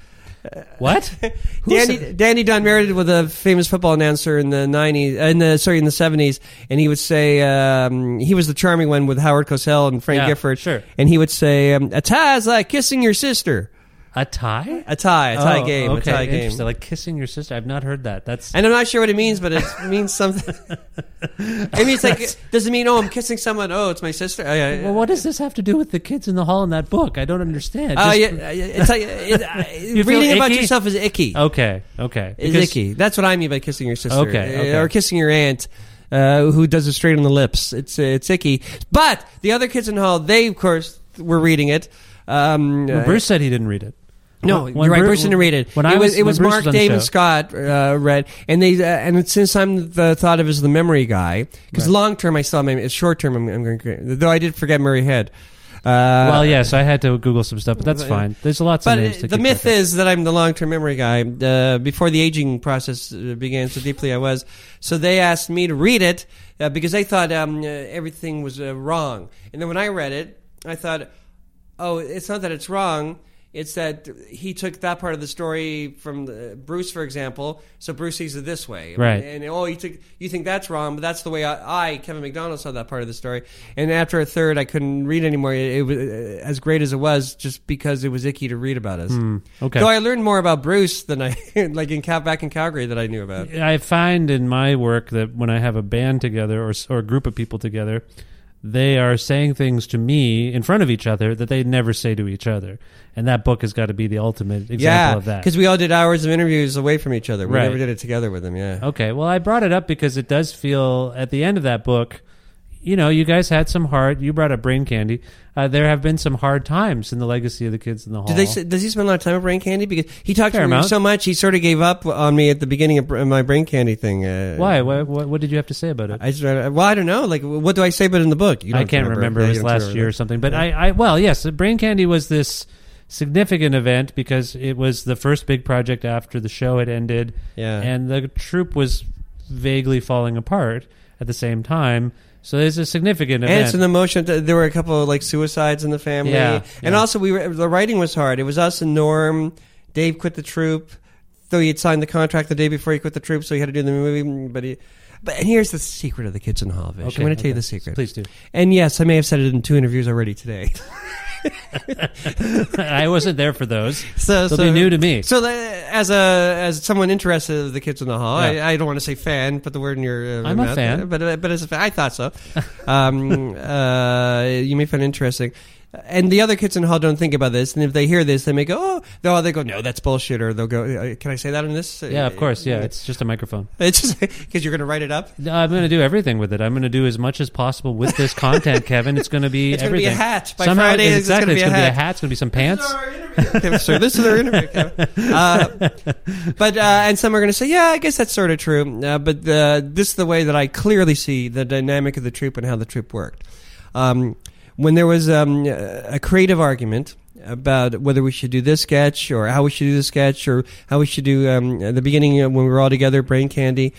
S2: What? Who
S4: Danny, Danny Don Meredith was a famous football announcer in the nineties, in the sorry, in the seventies, and he would say um, he was the charming one with Howard Cosell and Frank
S2: Yeah,
S4: Gifford.
S2: sure.
S4: and he would say um, a tie is like kissing your sister.
S2: A tie?
S4: A tie, a tie
S2: Oh,
S4: game,
S2: Okay,
S4: a tie game.
S2: interesting. Like kissing your sister. I've not heard that. That's
S4: And I'm not sure what it means, but it means something. I mean, it's like, does it mean, oh, I'm kissing someone? Oh, it's my sister. Oh, yeah, yeah.
S2: well, what does this have to do with the kids in the hall in that book? I don't understand.
S4: Oh,
S2: Just-
S4: yeah, yeah, it's like it, I-
S2: You feel
S4: reading about
S2: icky?
S4: yourself is icky.
S2: Okay, okay.
S4: It's
S2: Because-
S4: icky. That's what I mean by kissing your sister,
S2: Okay,
S4: Uh,
S2: okay.
S4: or kissing your aunt, uh, who does it straight on the lips. It's uh, it's icky. But the other kids in the hall, they of course were reading it. Um,
S2: Well,
S4: uh,
S2: Bruce said he didn't read it.
S4: No,
S2: When-
S4: you're
S2: when
S4: right.
S2: Bru-
S4: Bruce didn't read it.
S2: When
S4: it
S2: I
S4: was, it
S2: when
S4: was
S2: Bruce
S4: Mark,
S2: on the
S4: Dave,
S2: show.
S4: and Scott uh, read, and they uh, and it's- since I'm the, thought of as the memory guy because long term I still am. Short term, I'm, I'm going though I did forget Murray Head. Uh,
S2: Well, yes, I had to Google some stuff, but that's fine. There's lots
S4: but
S2: of names.
S4: uh,
S2: to
S4: the
S2: keep
S4: myth
S2: track of.
S4: is that I'm the long term memory guy. Uh, before the aging process uh, began, so deeply I was. So they asked me to read it uh, because they thought um, uh, everything was uh, wrong. And then when I read it, I thought, oh, it's not that it's wrong. It's that he took that part of the story from the, Bruce, for example. So Bruce sees it this way,
S2: Right.
S4: And oh, you took you think that's wrong, but that's the way I, I Kevin McDonald, saw that part of the story. And after a third, I couldn't read anymore. It, it was uh, as great as it was, just because it was icky to read about us.
S2: Hmm, okay.
S4: Though I learned more about Bruce than I like in Cal- back in Calgary that I knew about.
S2: I find in my work that when I have a band together or, s- or a group of people together, they are saying things to me in front of each other that they never say to each other. And that book has got to be the ultimate example of
S4: yeah,
S2: that.
S4: because we all did hours of interviews away from each other. We
S2: Right. Oh.
S4: never did it together with them. Yeah.
S2: Okay, well, I brought it up because it does feel at the end of that book, you know, you guys had some hard. You brought up brain candy. Uh, there have been some hard times in the legacy of the kids in the hall.
S4: Do they, s- does he spend a lot of time at Brain Candy? Because he talked
S2: Fair
S4: to me
S2: amount.
S4: so much, he sort of gave up on me at the beginning of br- my Brain Candy thing. Uh,
S2: Why? Why- What, what did you have to say about it?
S4: I just, uh, well, I don't know. Like, what do I say? But in the book, you
S2: I
S4: don't
S2: can't remember.
S4: Yeah,
S2: It
S4: you
S2: was
S4: don't
S2: last
S4: remember.
S2: year or something. But I, I, well, yes, Brain Candy was this significant event because it was the first big project after the show had ended.
S4: Yeah.
S2: And the troupe was vaguely falling apart at the same time. So there's a significant
S4: and
S2: event.
S4: it's an emotion. th- There were a couple of like suicides in the family,
S2: Yeah,
S4: and also we were, the writing was hard. It was us and Norm. Dave quit the troop, though he had signed the contract the day before he quit the troop, so he had to do the movie. But he, but and here's the secret of the Kids in Hall of Fame.
S2: Okay,
S4: I'm going to tell you
S2: okay.
S4: the secret.
S2: Please do.
S4: And yes, I may have said it in two interviews already today.
S2: I wasn't there for those.
S4: so,
S2: They'll
S4: so
S2: be new to me.
S4: So the, as a as someone interested in the kids in the hall,
S2: Yeah.
S4: I, I don't want to say fan, put the word in your. Uh,
S2: I'm a
S4: mouth,
S2: fan.
S4: but uh, but as a fan, I thought so. um, uh, you may find it interesting. And the other kids in the hall don't think about this, and if they hear this, they may go, "Oh, no!" They go, "No, that's bullshit," or they'll go, uh, "Can I say that in this?"
S2: yeah, of course. Yeah, it's just a microphone.
S4: it's just because you're going to write it up.
S2: No, I'm going to do everything with it. I'm going to do as much as possible with this content, Kevin. It's going to be
S4: It's gonna be
S2: everything.
S4: a hat. By
S2: Somehow,
S4: Friday, it's
S2: exactly.
S4: gonna be
S2: It's
S4: a
S2: going to be a
S4: hat.
S2: hat. It's going to be some pants.
S4: Kevin, so this is our interview, Kevin. Uh, but uh, and some are going to say, yeah, I guess that's sort of true. Uh, but the, this is the way that I clearly see the dynamic of the troop and how the troop worked. Um, when there was um, a creative argument about whether we should do this sketch or how we should do this sketch or how we should do um, at the beginning uh, when we were all together, brain candy.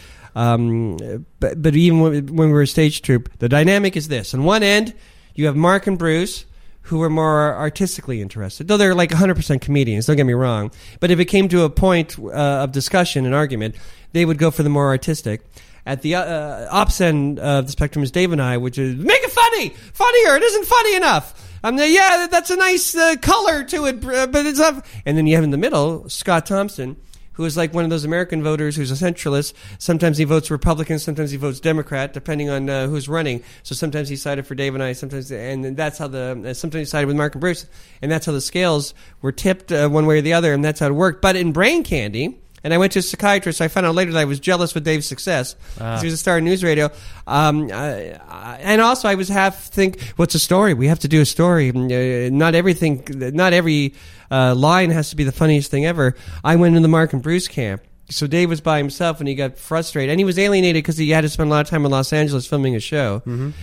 S4: Um, but, but even when, when we were a stage troupe, the dynamic is this: on one end, you have Mark and Bruce, who were more artistically interested, though they're like 100% comedians, don't get me wrong. But if it came to a point uh, of discussion and argument, they would go for the more artistic. At the uh, opposite end of the spectrum is Dave and I, which is make it funny, funnier, it isn't funny enough. I'm the, yeah, that- that's a nice uh, color to it, br- but it's not. And then you have in the middle Scott Thompson, who is like one of those American voters who's a centralist. Sometimes he votes Republican, sometimes he votes Democrat, depending on uh, who's running. So sometimes he sided for Dave and I, sometimes, and then that's how the, uh, sometimes he sided with Mark and Bruce, and that's how the scales were tipped uh, one way or the other, and that's how it worked. But in Brain Candy, and I went to a psychiatrist. I found out later that I was jealous with Dave's success. 'cause He was a star in news radio. Um, I, I, and also, I was half think, what's a story? We have to do a story. Uh, Not everything, not every uh, line has to be the funniest thing ever. I went into the Mark and Bruce camp. So Dave was by himself, and he got frustrated, and he was alienated because he had to spend a lot of time in Los Angeles filming a show, and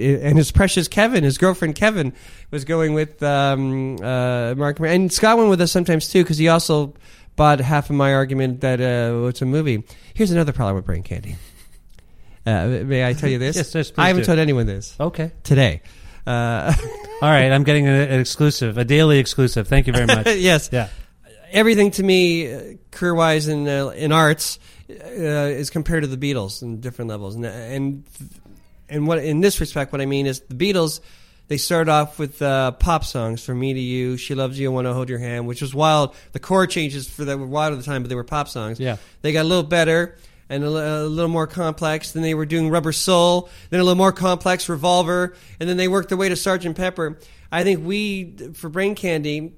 S4: and his precious Kevin, his girlfriend Kevin, was going with um, uh, Mark, and Scott went with us sometimes too because he also bought half of my argument that uh, it's a movie. Here's another problem with brain candy. Uh, may I tell you this?
S2: Yes, yes, please
S4: I haven't
S2: do. Oh.
S4: told anyone this.
S2: Okay.
S4: Today. Uh,
S2: All right, I'm getting a- an exclusive, a daily exclusive. Thank you very much.
S4: yes.
S2: Yeah.
S4: Everything to me, career wise in uh, in arts, uh, is compared to the Beatles in different levels, and and and what in this respect, what I mean is the Beatles. They started off with uh, pop songs, "From Me to You," "She Loves You," "I Want to Hold Your Hand," which was wild. The chord changes for that were wild at the time, but they were pop songs.
S2: Yeah.
S4: They got a little better and a, li- a little more complex. Then they were doing Rubber Soul, then a little more complex Revolver, and then they worked their way to Sergeant Pepper. I think we, for Brain Candy,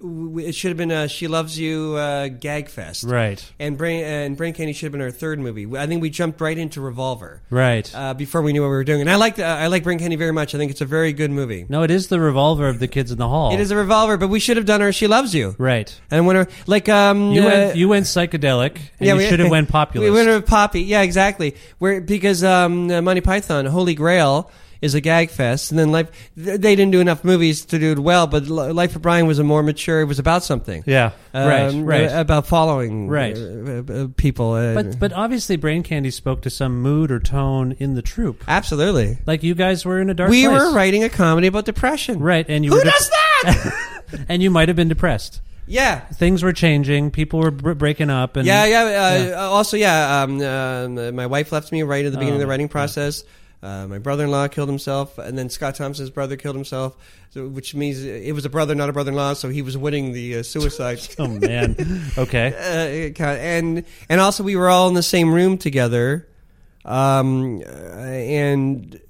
S4: w- it should have been a She Loves You uh, gag fest.
S2: Right.
S4: And Brain, and Brain Candy should have been our third movie. I think we jumped right into Revolver.
S2: Right.
S4: Uh, before we knew what we were doing. And I like, uh, I like Brain Candy very much. I think it's a very good movie.
S2: No, it is the revolver of the kids in the hall.
S4: It is a revolver, but we should have done her She Loves You.
S2: Right.
S4: And when her, like, um,
S2: You
S4: uh,
S2: went. You went psychedelic. And you should have went popular.
S4: We would have poppy. Yeah, exactly. Where because um, uh, Monty Python, Holy Grail is a gag fest, and then life th- they didn't do enough movies to do it well. But Li- Life of Brian was a more mature. It was about something.
S2: Yeah, right, right.
S4: uh, About following.
S2: Right.
S4: uh, uh, uh, people. Uh,
S2: But but obviously, brain candy spoke to some mood or tone in the troop.
S4: absolutely.
S2: Like you guys were in a dark.
S4: we
S2: place.
S4: were writing a comedy about depression.
S2: Right, and you
S4: Who
S2: were de-
S4: does that?
S2: and you might have been depressed.
S4: yeah.
S2: Things were changing. People were br- breaking up. And
S4: yeah, yeah. Uh, Also, yeah. Um, uh, my wife left me right at the beginning of the
S2: Oh,
S4: writing process. Uh, my brother-in-law killed himself, and then Scott Thompson's brother killed himself, so, which means it was a brother, not a brother-in-law. So he was winning the uh, suicide.
S2: Oh man. Okay.
S4: Uh, it kind- and and also we were all in the same room together, um, uh, and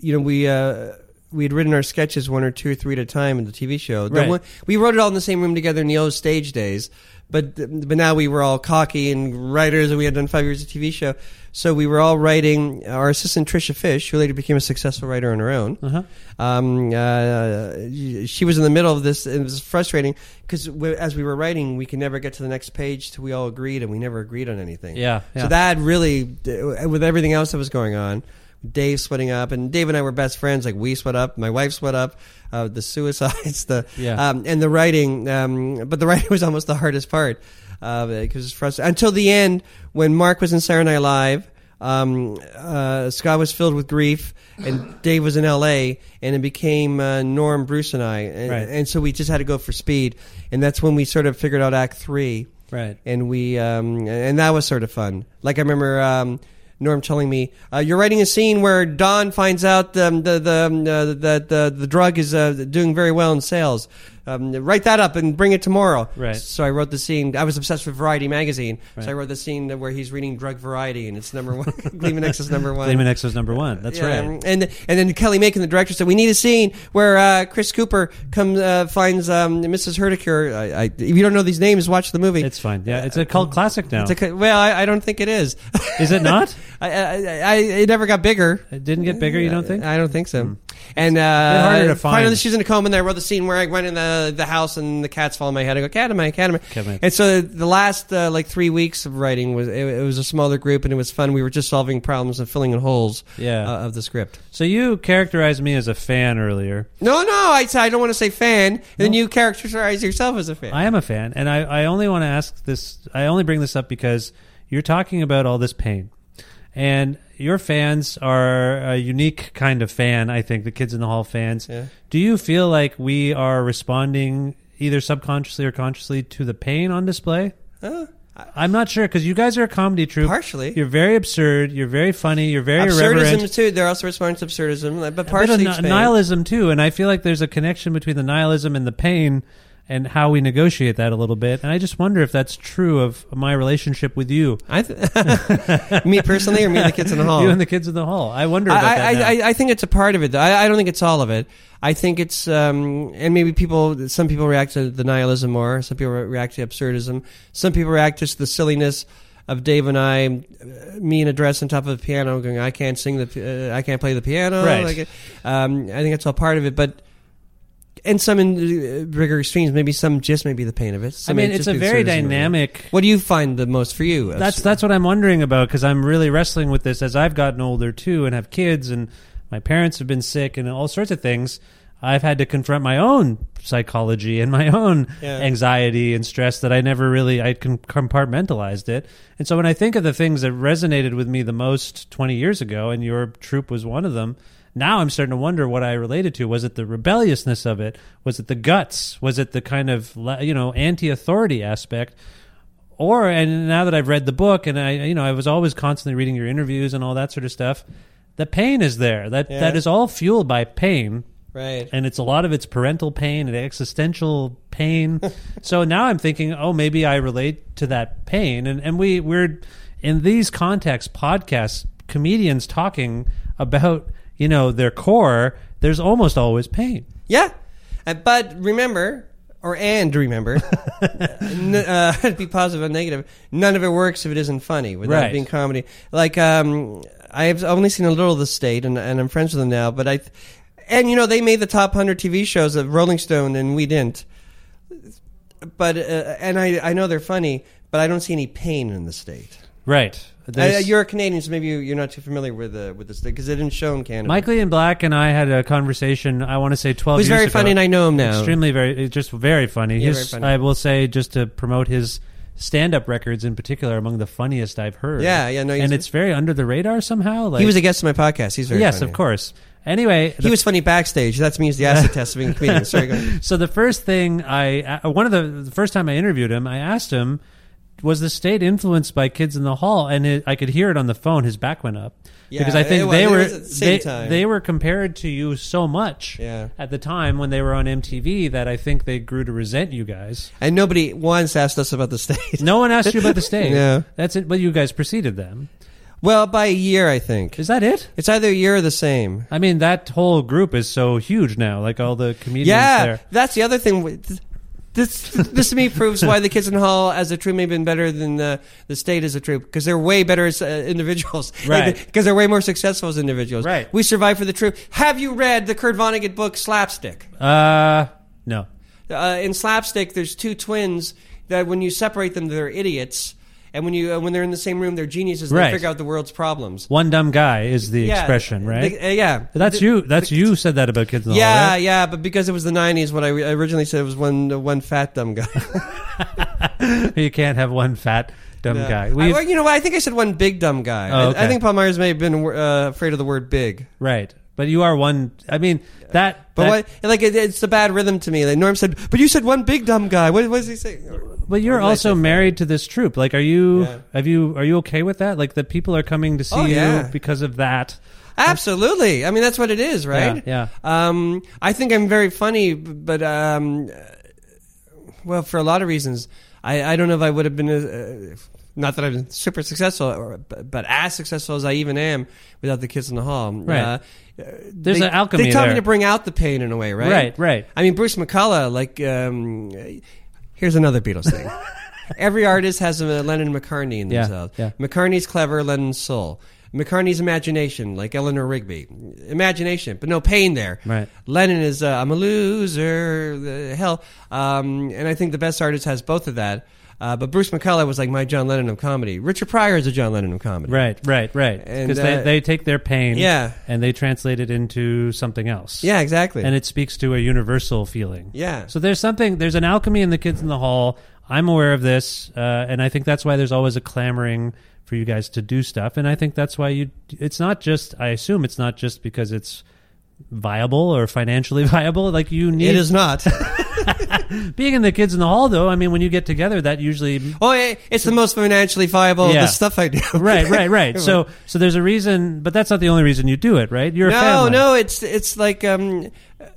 S4: you know we uh, we had written our sketches one or two or three at a time in the TV show. The
S2: Right.
S4: one- we wrote it all in the same room together in the old stage days, but but now we were all cocky and writers, and we had done five years of TV show. So we were all writing. uh, Our assistant Trisha Fish, who later became a successful writer on her own,
S2: Uh-huh.
S4: um, uh, she was in the middle of this, and it was frustrating because as we were writing, we could never get to the next page till we all agreed, and we never agreed on anything.
S2: Yeah, yeah.
S4: So that really, with everything else that was going on, Dave sweating up, and Dave and I were best friends. Like we sweat up, my wife sweat up, uh, the suicides, the
S2: Yeah.
S4: um, and the writing. Um, but the writing was almost the hardest part uh, because it was frustrating until the end when Mark was in Saturday Night Live. Um, uh, Scott was filled with grief, and Dave was in L.A. and it became uh, Norm, Bruce, and I, and,
S2: Right.
S4: and so we just had to go for speed, and that's when we sort of figured out Act Three
S2: Right.
S4: and we um, and that was sort of fun. Like I remember um, Norm telling me, uh, "You're writing a scene where Don finds out um, the the, um, uh, the the the drug is uh, doing very well in sales. Um, write that up and bring it tomorrow."
S2: Right.
S4: So I wrote the scene. I was obsessed with Variety magazine, so I wrote the scene where he's reading Drug Variety, and it's number one. Gleeman X is number one.
S2: Lehman X was number one. That's
S4: Yeah,
S2: right.
S4: And and then Kelly Macon, the director, said we need a scene where uh, Chris Cooper comes uh, finds um, Mrs. Herdecure. I, I, if you don't know these names, watch the movie.
S2: It's fine. Yeah, uh, it's a cult classic now.
S4: It's a, well, I, I don't think it is.
S2: Is it not?
S4: I, I, I, it never got bigger.
S2: It didn't get bigger. You don't think? Hmm.
S4: I don't think so. And uh,
S2: harder to find.
S4: finally, she's in a coma, and I wrote the scene where I went in the the house, and the cats fall on my head. I go, "Cat in my cat in my."
S2: Cat in my-
S4: And so the last uh, like three weeks of writing was it, it was a smaller group, and it was fun. We were just solving problems and filling in holes.
S2: Yeah.
S4: Uh, of the script.
S2: So you characterized me as a fan earlier.
S4: No, no, I said I don't want to say fan. And Then you characterize yourself as a fan.
S2: I am a fan, and I, I only want to ask this. I only bring this up because you're talking about all this pain, and your fans are a unique kind of fan. I think the kids in the hall fans. Do you feel like we are responding either subconsciously or consciously to the pain on display? I'm not sure because you guys are a comedy troupe.
S4: Partially,
S2: you're very absurd. You're very funny. You're very irreverent.
S4: absurdism too. They're also responding to absurdism, like, but
S2: A bit of
S4: partially
S2: ni-
S4: Spain.
S2: nihilism too, and I feel like there's a connection between the nihilism and the pain, and how we negotiate that a little bit. And I just wonder if that's true of my relationship with you.
S4: I th- me personally, or me and the kids in the hall.
S2: You and the kids in the hall. I wonder about
S4: I,
S2: that. now.
S4: I, I, I think it's a part of it. Though. I, I don't think it's all of it. I think it's um, and maybe people. Some people react to the nihilism more. Some people re- react to absurdism. Some people react to the silliness of Dave and I, uh, me in a dress on top of a piano, going, "I can't sing the, pi- uh, I can't play the piano."
S2: Right.
S4: Like, um, I think it's all part of it, but. And some in uh, rigor extremes, maybe some just maybe the pain of it. Some
S2: I mean,
S4: may
S2: it's
S4: just
S2: a
S4: be the absurdism
S2: very
S4: of it.
S2: dynamic-
S4: What do you find the most for you?
S2: that's that's what I'm wondering about because I'm really wrestling with this as I've gotten older too and have kids and my parents have been sick and all sorts of things. I've had to confront my own psychology and my own
S4: Yeah.
S2: anxiety and stress that I never really I com- compartmentalized it. And so when I think of the things that resonated with me the most 20 years ago and your troop was one of them, now I'm starting to wonder what I related to. Was it the rebelliousness of it? Was it the guts? Was it the kind of la- you know anti-authority aspect? or and now that I've read the book and I you know I was always constantly reading your interviews and all that sort of stuff, the pain is there. That
S4: Yeah.
S2: that is all fueled by pain.
S4: Right.
S2: And it's a lot of it's parental pain and existential pain. so now I'm thinking, oh, maybe I relate to that pain. And and we we're in these contexts, podcasts, comedians talking about, you know, their core, there's almost always pain.
S4: Yeah, Uh, but remember, or and remember, n- uh, be positive and negative. None of it works if it isn't funny. Without
S2: Right.
S4: it being comedy, like um, I've only seen a little of the state, and, and I'm friends with them now. But I, th- and you know, they made the top hundred TV shows of Rolling Stone, and we didn't. But uh, and I, I know they're funny, but I don't see any pain in the state.
S2: Right.
S4: Uh,
S2: There's-
S4: you're a Canadian, so maybe you- you're not too familiar with the with the state because it didn't show in Canada.
S2: Mike Lee and Black and I had a conversation. I want to say twelve.
S4: Who's
S2: years
S4: very
S2: ago.
S4: funny and I know him now.
S2: Extremely very, just very funny.
S4: Yeah,
S2: His-
S4: very funny.
S2: I will say just to promote his stand-up records in particular, among the funniest I've heard.
S4: Yeah, yeah, no, he's-
S2: and it's very under the radar somehow. Like
S4: he was a guest on my podcast. He's very
S2: yes,
S4: funny.
S2: of course. Anyway,
S4: He was funny backstage. That means the acid test of being a comedian. Sorry, go ahead.
S2: so the first thing I, uh, one of the, the first time I interviewed him, I asked him, was the state influenced by Kids in the Hall? And it, I could hear it on the phone. His back went up
S4: Yeah,
S2: because I
S4: it
S2: think
S4: was-
S2: they
S4: it
S2: were
S4: was at the same
S2: they,
S4: time.
S2: they were compared to you so much
S4: Yeah.
S2: at the time when they were on MTV that I think they grew to resent you guys.
S4: And nobody once asked us about the stage.
S2: No one asked you about the state.
S4: Yeah.
S2: that's it. But you guys preceded them.
S4: Well, by a year, I think.
S2: Is that it?
S4: It's either a year or the same.
S2: I mean, that whole group is so huge now. Like all the comedians
S4: yeah,
S2: there.
S4: that's the other thing. with- This this to me proves why the kids in Hall as a troop may have been better than the, the state as a troop because they're way better as uh, individuals.
S2: Right.
S4: Because they're way more successful as individuals.
S2: Right.
S4: We survive for the troop. Have you read the Kurt Vonnegut book Slapstick?
S2: Uh, no.
S4: uh, in slapstick there's two twins that when you separate them they're idiots and when you uh, when they're in the same room they're geniuses and
S2: Right.
S4: they figure out the world's problems
S2: One dumb guy is the
S4: Yeah,
S2: expression, right?
S4: the- uh, yeah.
S2: That's
S4: The-
S2: you. That's you said that about kids in the Hall,
S4: yeah
S2: right?
S4: yeah but because it was the 90s what i re- originally said was one uh, one fat dumb guy
S2: you can't have one fat dumb
S4: Yeah.
S2: guy.
S4: I-
S2: We've-
S4: well, you know what i think i said one big dumb guy
S2: Oh,
S4: I- I,
S2: okay.
S4: think paul myers may have been uh, afraid of the word big
S2: right, but you are one. I mean that.
S4: but
S2: that-
S4: what, like it, it's a bad rhythm to me. Like Norm said, but you said one big dumb guy. What, what does he say?
S2: But you're
S4: What did I
S2: also
S4: say?
S2: married to this troop. Like, are you?
S4: Yeah.
S2: Have you? Are you okay with that? Like, the people are coming to see
S4: Oh, yeah.
S2: you because of that.
S4: Absolutely. I mean, that's what it is, right?
S2: Yeah,
S4: Um, I think I'm very funny, b- but um, uh, well, for a lot of reasons, I, I don't know if I would have been. Uh, not that I'm super successful, or, but but as successful as I even am without the kids in the hall.
S2: Right.
S4: Uh,
S2: There's
S4: they,
S2: an alchemy
S4: They taught me
S2: there.
S4: to bring out the pain in a way, right?
S2: Right, right.
S4: I mean, Bruce McCullough, like, um, here's another Beatles thing. Every artist has a Lennon and McCartney in
S2: Yeah,
S4: themselves.
S2: yeah.
S4: McCartney's clever, Lennon's soul. McCartney's imagination, like Eleanor Rigby. Imagination, but no pain there.
S2: Right.
S4: Lennon is, uh, I'm a loser, uh, hell. Um, and I think the best artist has both of that. Uh, but Bruce McCullough was like my John Lennon of comedy. Richard Pryor is a John Lennon of comedy.
S2: right, right, right.
S4: And,
S2: Because
S4: uh,
S2: they, they take their pain,
S4: Yeah.
S2: and they translate it into something else.
S4: Yeah, exactly.
S2: and it speaks to a universal feeling.
S4: Yeah.
S2: So there's something. There's an alchemy in the kids in the hall. I'm aware of this, uh, and I think that's why there's always a clamoring for you guys to do stuff. And I think that's why you. It's not just. I assume it's not just because it's viable or financially viable. Like you need.
S4: it is not.
S2: Being in the kids in the hall, though, I mean, when you get together, that usually
S4: oh, it- it's the most financially viable of
S2: Yeah.
S4: the stuff I do.
S2: right, right, right. So, so there's a reason, but that's not the only reason you do it, right? You're
S4: no,
S2: a family.
S4: no, it's it's like um,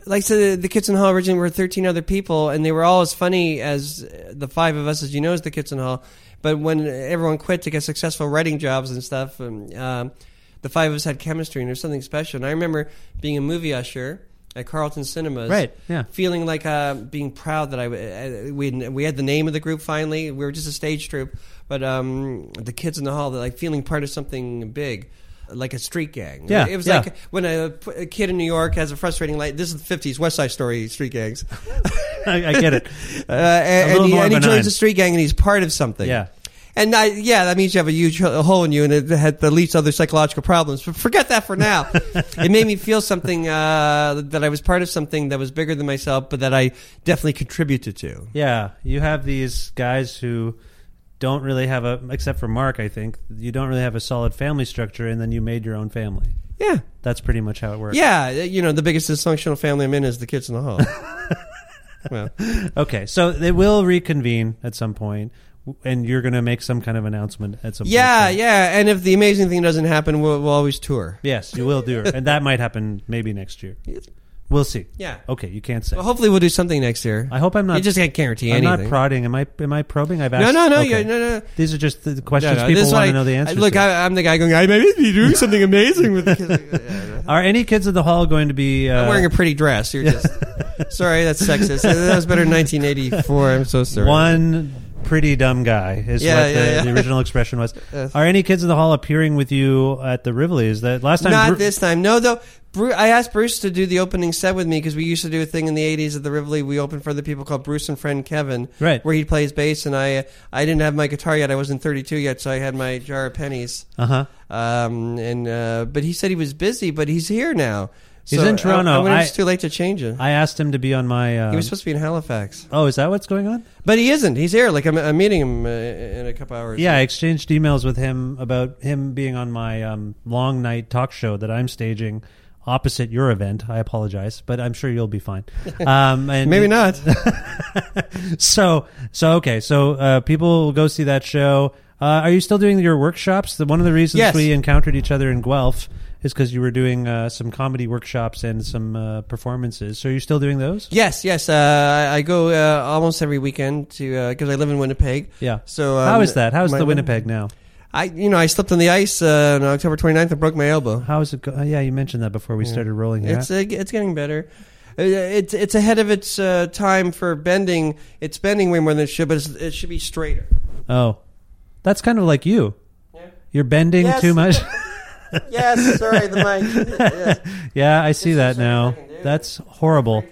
S4: like so the, the kids in the hall originally were thirteen other people, and they were all as funny as uh, the five of us, as you know, as the kids in the hall. But when everyone quit to get successful writing jobs and stuff, um, um, the five of us had chemistry, and there's something special. And I remember being a movie usher at Carlton Cinemas,
S2: Right, yeah.
S4: feeling like uh, being proud that I w- uh, we had- we had the name of the group finally. We were just a stage troupe, but um, the kids in the hall, they're like feeling part of something big, like a street gang.
S2: Yeah,
S4: it was
S2: yeah.
S4: like when a, p- a kid in New York has a frustrating life. This is the fifties West Side Story street gangs.
S2: I, I get it.
S4: Uh, and, and
S2: little
S4: he,
S2: more
S4: and he
S2: benign.
S4: joins a street gang and he's part of something.
S2: Yeah.
S4: And I, yeah, that means you have a huge h- hole in you, and it had the least other psychological problems. But forget that for now. it made me feel something uh, that I was part of something that was bigger than myself, but that I definitely contributed to.
S2: Yeah, you have these guys who don't really have a, except for Mark, I think, you don't really have a solid family structure, and then you made your own family.
S4: Yeah.
S2: That's pretty much how it works.
S4: Yeah, you know, the biggest dysfunctional family I'm in is the kids in the hall. well,
S2: Okay, so they will reconvene at some point, w- and you're going to make some kind of announcement at some point.
S4: yeah, yeah. And if the amazing thing doesn't happen, we'll, we'll always tour.
S2: Yes, you will do it. and that might happen maybe next year. We'll see.
S4: Yeah.
S2: Okay, you can't say.
S4: Well, hopefully, we'll do something next year.
S2: I hope I'm not.
S4: You just can't guarantee
S2: I'm
S4: anything.
S2: not prodding. Am I? Am I probing? I've
S4: No,
S2: asked.
S4: no, no,
S2: Okay.
S4: you're- no, no.
S2: These are just the, the questions
S4: No, no, this
S2: people
S4: is
S2: want
S4: why-
S2: to know the
S4: I-
S2: answers.
S4: Look,
S2: to.
S4: I, I'm the guy going. I may be doing something amazing with the kids.
S2: are any kids at the hall going to be? Uh,
S4: I'm wearing a pretty dress. You're just sorry. That's sexist. That was better in 1984. I'm so sorry.
S2: One pretty dumb guy is
S4: Yeah,
S2: what the,
S4: yeah, yeah.
S2: the original expression was.
S4: Yes.
S2: Are any kids in the hall appearing with you at the Rivoli's? That last time,
S4: Not
S2: Bru-
S4: this time. No, though. Bru- I asked Bruce to do the opening set with me because we used to do a thing in the '80s at the Rivoli. We opened for the people called Bruce and Friend Kevin,
S2: Right.
S4: Where he plays bass, and I I didn't have my guitar yet. I wasn't 32 yet, so I had my jar of pennies.
S2: Uh-huh.
S4: Um, and uh, but he said he was busy, but he's here now.
S2: He's
S4: So
S2: in Toronto.
S4: I, I wonder if
S2: I-
S4: it's too late to change it.
S2: I asked him to be on my. Um,
S4: he was supposed to be in Halifax,
S2: oh, is that what's going on?
S4: but he isn't. He's here. Like I'm, I'm meeting him uh, in a couple hours.
S2: Yeah, I exchanged emails with him about him being on my um, long night talk show that I'm staging opposite your event. I apologize, but I'm sure you'll be fine. Um, and
S4: Maybe not.
S2: so, so okay, so uh, people will go see that show. Uh, are you still doing your workshops? The, one of the reasons
S4: Yes.
S2: we encountered each other in Guelph is because you were doing uh, some comedy workshops and some uh, performances. So, are you still doing those?
S4: Yes, yes. Uh, I- I go uh, almost every weekend to because I live in Winnipeg.
S2: Yeah.
S4: So um,
S2: how is that? How's
S4: my-
S2: the Winnipeg now?
S4: I you know I slipped on the ice uh, on October 29th and broke my elbow.
S2: How is it? Go- uh, yeah, you mentioned that before we started rolling. here.
S4: It's uh, it's getting better. Uh, It's it's ahead of its uh, time for bending. It's bending way more than it should, but it's, it should be straighter.
S2: Oh, that's kind of like you.
S4: Yeah.
S2: You're bending
S4: Yes.
S2: too much.
S4: yes, sorry, the mic. Yes.
S2: yeah, I
S4: This
S2: see
S4: is
S2: that
S4: the
S2: now.
S4: second I can do.
S2: That's horrible.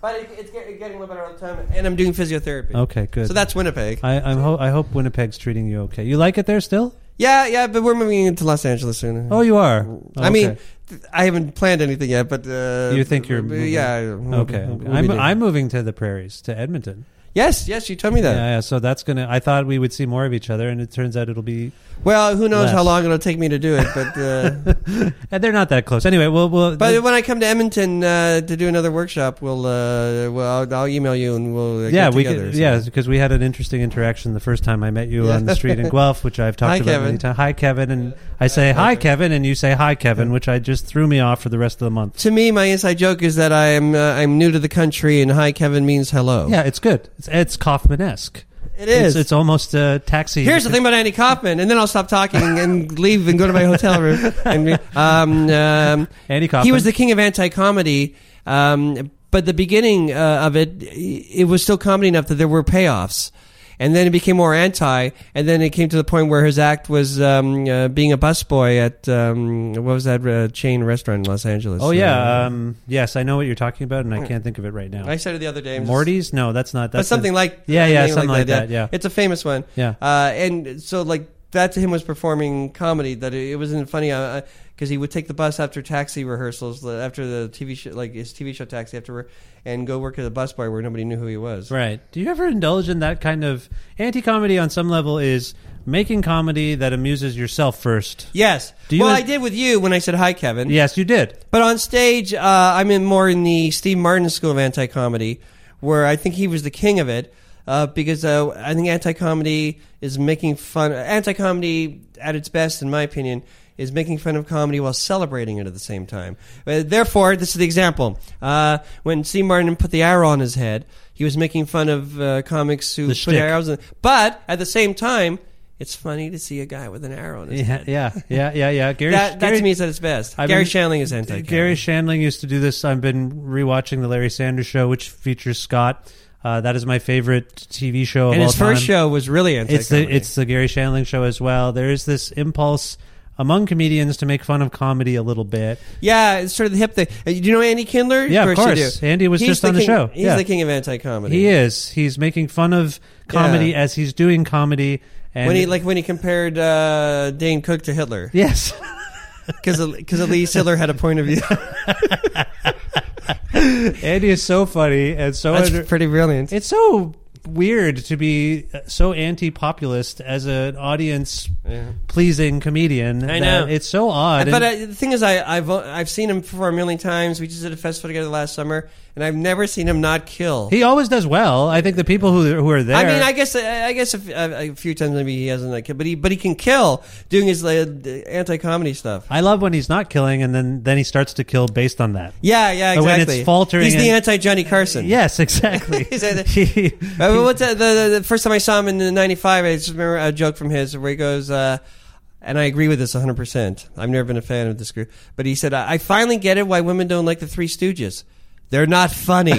S4: But it, it's get- getting a little better all the time, and I'm doing physiotherapy.
S2: Okay, good.
S4: So that's Winnipeg.
S2: I I'm ho- I hope Winnipeg's treating you okay. You like it there still?
S4: yeah, yeah, but we're moving into Los Angeles soon.
S2: Oh, you are.
S4: I mean,
S2: Okay.
S4: th- I haven't planned anything yet, but uh,
S2: you think you're?
S4: but
S2: Moving.
S4: Yeah.
S2: Okay.
S4: we'll be
S2: okay. I'm
S4: doing-
S2: I'm moving to the prairies to Edmonton.
S4: Yes, yes, you told me
S2: Yeah,
S4: that.
S2: yeah. So that's gonna. I thought we would see more of each other, and it turns out it'll be.
S4: Well, who knows
S2: Less.
S4: how long it'll take me to do it, but uh,
S2: And they're not that close. Anyway, we'll. we'll
S4: but when I come to Edmonton uh, to do another workshop, we'll uh, well I'll, I'll email you and we'll uh,
S2: yeah,
S4: get
S2: we
S4: together.
S2: could, yeah, because we had an interesting interaction the first time I met you
S4: Yeah.
S2: on the street in Guelph, which I've talked
S4: Hi,
S2: about many
S4: Kevin.
S2: times. Hi, Kevin, and I say hi, Kevin, and you say hi, Kevin, which I just threw me off for the rest of the month.
S4: To me, my inside joke is that I'm uh, I'm new to the country, and hi Kevin means hello.
S2: Yeah, it's good. It's it's Kaufman esque.
S4: It is.
S2: It's, it's almost a taxi.
S4: Here's the thing about Andy Kaufman, and then I'll stop talking and leave and go to my hotel room. And be- um, um,
S2: Andy Kaufman.
S4: He was the king of anti-comedy, um, but the beginning uh, of it, it was still comedy enough that there were payoffs. And then it became more anti, and then it came to the point where his act was um, uh, being a busboy at um, what was that uh, chain restaurant in Los Angeles?
S2: Oh yeah.
S4: Uh,
S2: Um, yes, I know what you're talking about, and I can't think of it right now.
S4: I said it the other day. I'm just-
S2: Morty's? No, that's not. That's
S4: but something
S2: the-
S4: like
S2: Yeah, yeah,
S4: name
S2: something like that. Yeah.
S4: it's a famous one.
S2: Yeah.
S4: uh, and so like that to him was performing comedy. That it, it wasn't funny because he would take the bus after taxi rehearsals, uh, after the TV show, like his TV show taxi after, re- and go work at a bus bar where nobody knew who he was.
S2: Right. Do you ever indulge in that kind of anti comedy? On some level, is making comedy that amuses yourself first.
S4: Yes.
S2: Do you
S4: well,
S2: en-
S4: I did with you when I said hi, Kevin.
S2: Yes, you did.
S4: But on stage, uh, I'm in more in the Steve Martin school of anti comedy, where I think he was the king of it uh, because uh, I think anti comedy is making fun. Anti comedy at its best, in my opinion, is making fun of comedy while celebrating it at the same time. Uh, therefore, this is the example. Uh, when C. Martin put the arrow on his head, he was making fun of uh, comics who
S2: The
S4: put
S2: shtick.
S4: arrows in. But at the same time, it's funny to see a guy with an arrow on his
S2: Yeah,
S4: head.
S2: yeah, yeah, yeah, yeah. Gary,
S4: that, that
S2: Gary-
S4: to me is at its best.
S2: I've
S4: Gary
S2: been-
S4: Shanling is anti.
S2: Gary Shandling used to do this. I've been rewatching the Larry Sanders Show, which features Scott. Uh, that is my favorite TV show. Of
S4: And
S2: all
S4: his first
S2: time.
S4: show was really
S2: It's the
S4: anti-comedy.
S2: it's the Gary Shandling Show as well. There is this impulse among comedians to make fun of comedy a little bit.
S4: Yeah, it's sort of the hip thing. Uh, Do you know Andy Kindler?
S2: Yeah, of
S4: you
S2: course.
S4: do.
S2: Andy was
S4: He's
S2: just on the
S4: king-
S2: show.
S4: He's
S2: Yeah.
S4: the king of anti-comedy.
S2: He is. He's making fun of comedy
S4: Yeah.
S2: as he's doing comedy. And
S4: when he like when he compared uh, Dane Cook to Hitler.
S2: Yes,
S4: because because at least Hitler had a point of view.
S2: Andy is so funny and so
S4: That's
S2: pretty
S4: brilliant.
S2: It's so weird to be uh, so anti-populist as an audience pleasing comedian.
S4: I
S2: that
S4: know.
S2: it's so odd.
S4: But
S2: and-
S4: uh, the thing is, I, I've I've seen him perform a million times. We just did a festival together last summer, and I've never seen him not kill.
S2: he always does well. I think the people who who are there.
S4: I mean, I guess I I guess a, f- a- a few times maybe he hasn't like, but he but he can kill doing his like, anti comedy stuff.
S2: I love when he's not killing, and then then he starts to kill based on that.
S4: Yeah, yeah,
S2: But
S4: exactly.
S2: when it's faltering
S4: He's the
S2: and-
S4: anti Johnny Carson.
S2: Yes, exactly.
S4: He's anti- Uh, what's that, the, the, the first time I saw him in '95, I just remember a joke from his where he goes, uh, and I agree with this 100. percent I've never been a fan of this group, but he said, "I I finally get it why women don't like the Three Stooges. They're not funny."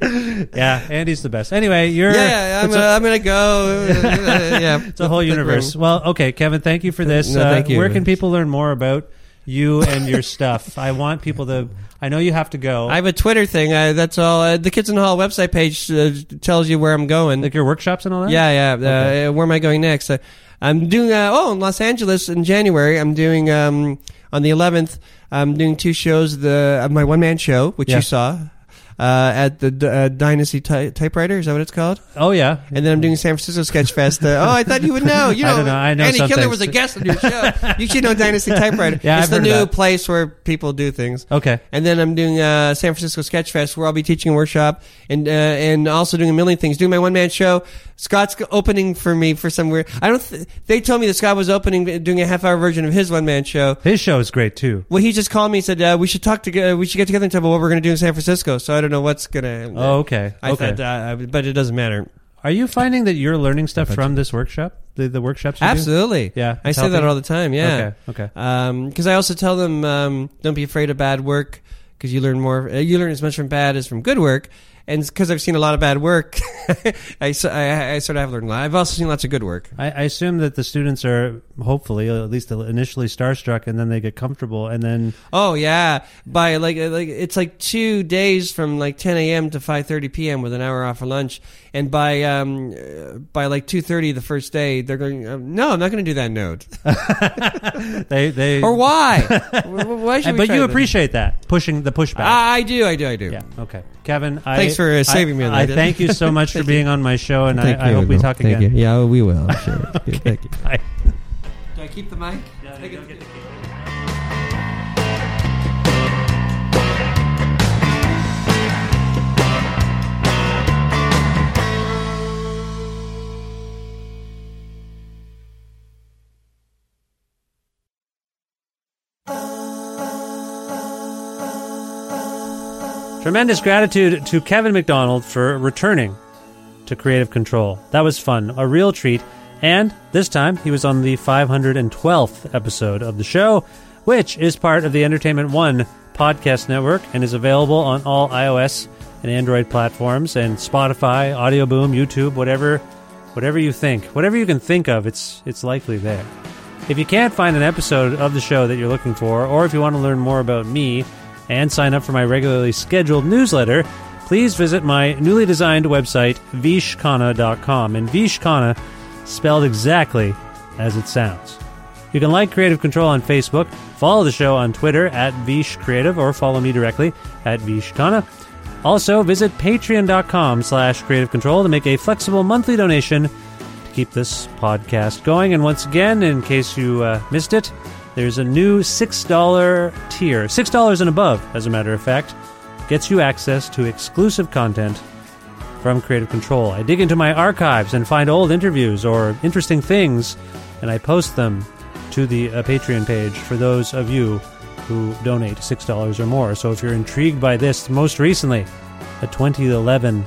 S2: yeah, Andy's the best. Anyway, you're
S4: Yeah, I'm
S2: it's
S4: gonna,
S2: a-
S4: I'm gonna go. yeah,
S2: it's a whole universe. Well, okay, Kevin, thank you for this.
S4: No,
S2: Uh,
S4: thank you.
S2: Where can people learn more about you and your stuff? I want people to. I know you have to go.
S4: I have a Twitter thing. I, that's all. Uh, the Kids in the Hall website page uh, tells you where I'm going, like
S2: your workshops and all that.
S4: Yeah, yeah.
S2: Okay.
S4: Uh, uh, where am I going next? Uh, I'm doing. Uh, oh, in Los Angeles in January, I'm doing um, on the 11th. I'm doing two shows. The uh, my one man show, which
S2: Yeah.
S4: you saw. Uh, at the D- uh, Dynasty Ty- Typewriter, is that what it's called?
S2: Oh yeah.
S4: And then I'm doing San Francisco Sketch Fest. Uh, oh, I thought you would know. You
S2: I
S4: know,
S2: don't know. I know
S4: Andy
S2: some
S4: Killer
S2: things.
S4: was a guest on your show. you should know Dynasty Typewriter.
S2: Yeah,
S4: it's
S2: I've
S4: the
S2: heard of
S4: new
S2: that.
S4: place where people do things.
S2: Okay.
S4: And then I'm doing uh, San Francisco Sketch Fest, where I'll be teaching a workshop and uh, and also doing a million things. Doing my one man show. Scott's opening for me for some weird. I don't. Th- they told me that Scott was opening, doing a half hour version of his one man show.
S2: His show is great too.
S4: Well, he just called me and said uh, we should talk together. We should get together and talk about what we're going to do in San Francisco. So I don't know what's going to.
S2: Oh, okay.
S4: I
S2: okay.
S4: thought, uh, I- but it doesn't matter.
S2: Are you finding that you're learning stuff from this workshop? The, the workshops? You do?
S4: Absolutely.
S2: Yeah.
S4: I
S2: it's
S4: say that
S2: helping?
S4: all the time. Yeah.
S2: Okay. Okay.
S4: Because I also tell them um, don't be afraid of bad work because you learn more. uh, You learn as much from bad as from good work. And because I've seen a lot of bad work, I, s- I- I sort of have learned a lot. I've also seen lots of good work.
S2: I, I assume that the students are hopefully, at least initially, starstruck, and then they get comfortable, and then
S4: Oh yeah, by like uh, like it's like two days from like 10 a.m. to 5:30 p.m. with an hour off for lunch, and by um uh, by like 2:30 the first day they're going. uh, No, I'm not going to do that note.
S2: they they Uh,
S4: or why? why should we
S2: But
S4: try
S2: you
S4: to- Ah,
S2: appreciate that pushing the pushback.
S4: I, I do, I do, I do.
S2: Yeah. Okay, Kevin. I,
S4: Thanks for, uh,
S2: I-
S4: saving me on
S2: I,
S4: that.
S2: thank you so much for
S4: Thank
S2: being
S4: you.
S2: on my show, and
S4: Thank
S2: I, I
S4: you,
S2: hope we
S4: Will.
S2: talk
S4: Thank
S2: again.
S4: you. Yeah, we will. I'm sure. Yeah, Thank you.
S2: Bye.
S4: Do I keep the mic? Take it-
S2: Tremendous gratitude to Kevin McDonald for returning to Creative Control. That was fun, a real treat. And this time, he was on the 512th episode of the show, which is part of the Entertainment One podcast network and is available on all iOS and Android platforms and Spotify, Audio Boom, YouTube, whatever, whatever you think, whatever you can think of, it's it's likely there. If you can't find an episode of the show that you're looking for, or if you want to learn more about me and sign up for my regularly scheduled newsletter, please visit my newly designed website, vishkana.com. And Vishkana, spelled exactly as it sounds. You can like Creative Control on Facebook, follow the show on Twitter at Vish Creative, or follow me directly at Vishkana. Also, visit patreon.com slash creative control to make a flexible monthly donation to keep this podcast going. And once again, in case you uh, missed it, there's a new $6 tier, $6 and above, as a matter of fact, gets you access to exclusive content from Creative Control. I dig into my archives and find old interviews or interesting things, and I post them to the uh, Patreon page for those of you who donate $6 or more. So if you're intrigued by this, most recently, a 2011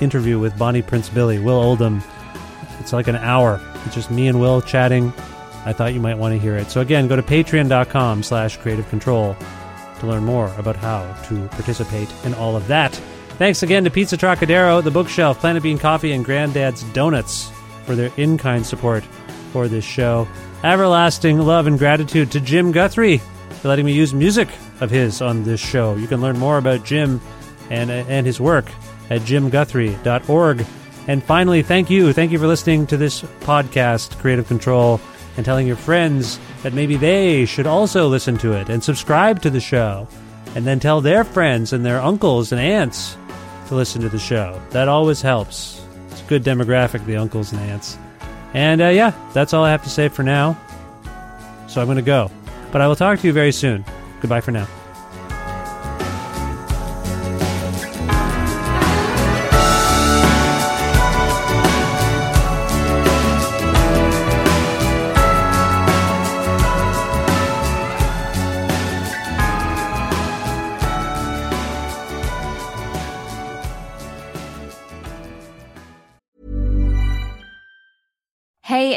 S2: interview with Bonnie Prince Billy, Will Oldham. It's like an hour. It's just me and Will chatting. I thought you might want to hear it. So again, go to patreon.com slash creative control to learn more about how to participate in all of that. Thanks again to Pizza Trocadero, The Bookshelf, Planet Bean Coffee, and Granddad's Donuts for their in-kind support for this show. Everlasting love and gratitude to Jim Guthrie for letting me use music of his on this show. You can learn more about Jim and, uh, and his work at jimguthrie.org. And finally, thank you. Thank you for listening to this podcast, Creative Control, and telling your friends that maybe they should also listen to it and subscribe to the show. And then tell their friends and their uncles and aunts to listen to the show. That always helps. It's a good demographic, the uncles and aunts. And uh, yeah, that's all I have to say for now. So I'm going to go. But I will talk to you very soon. Goodbye for now.
S7: Hey,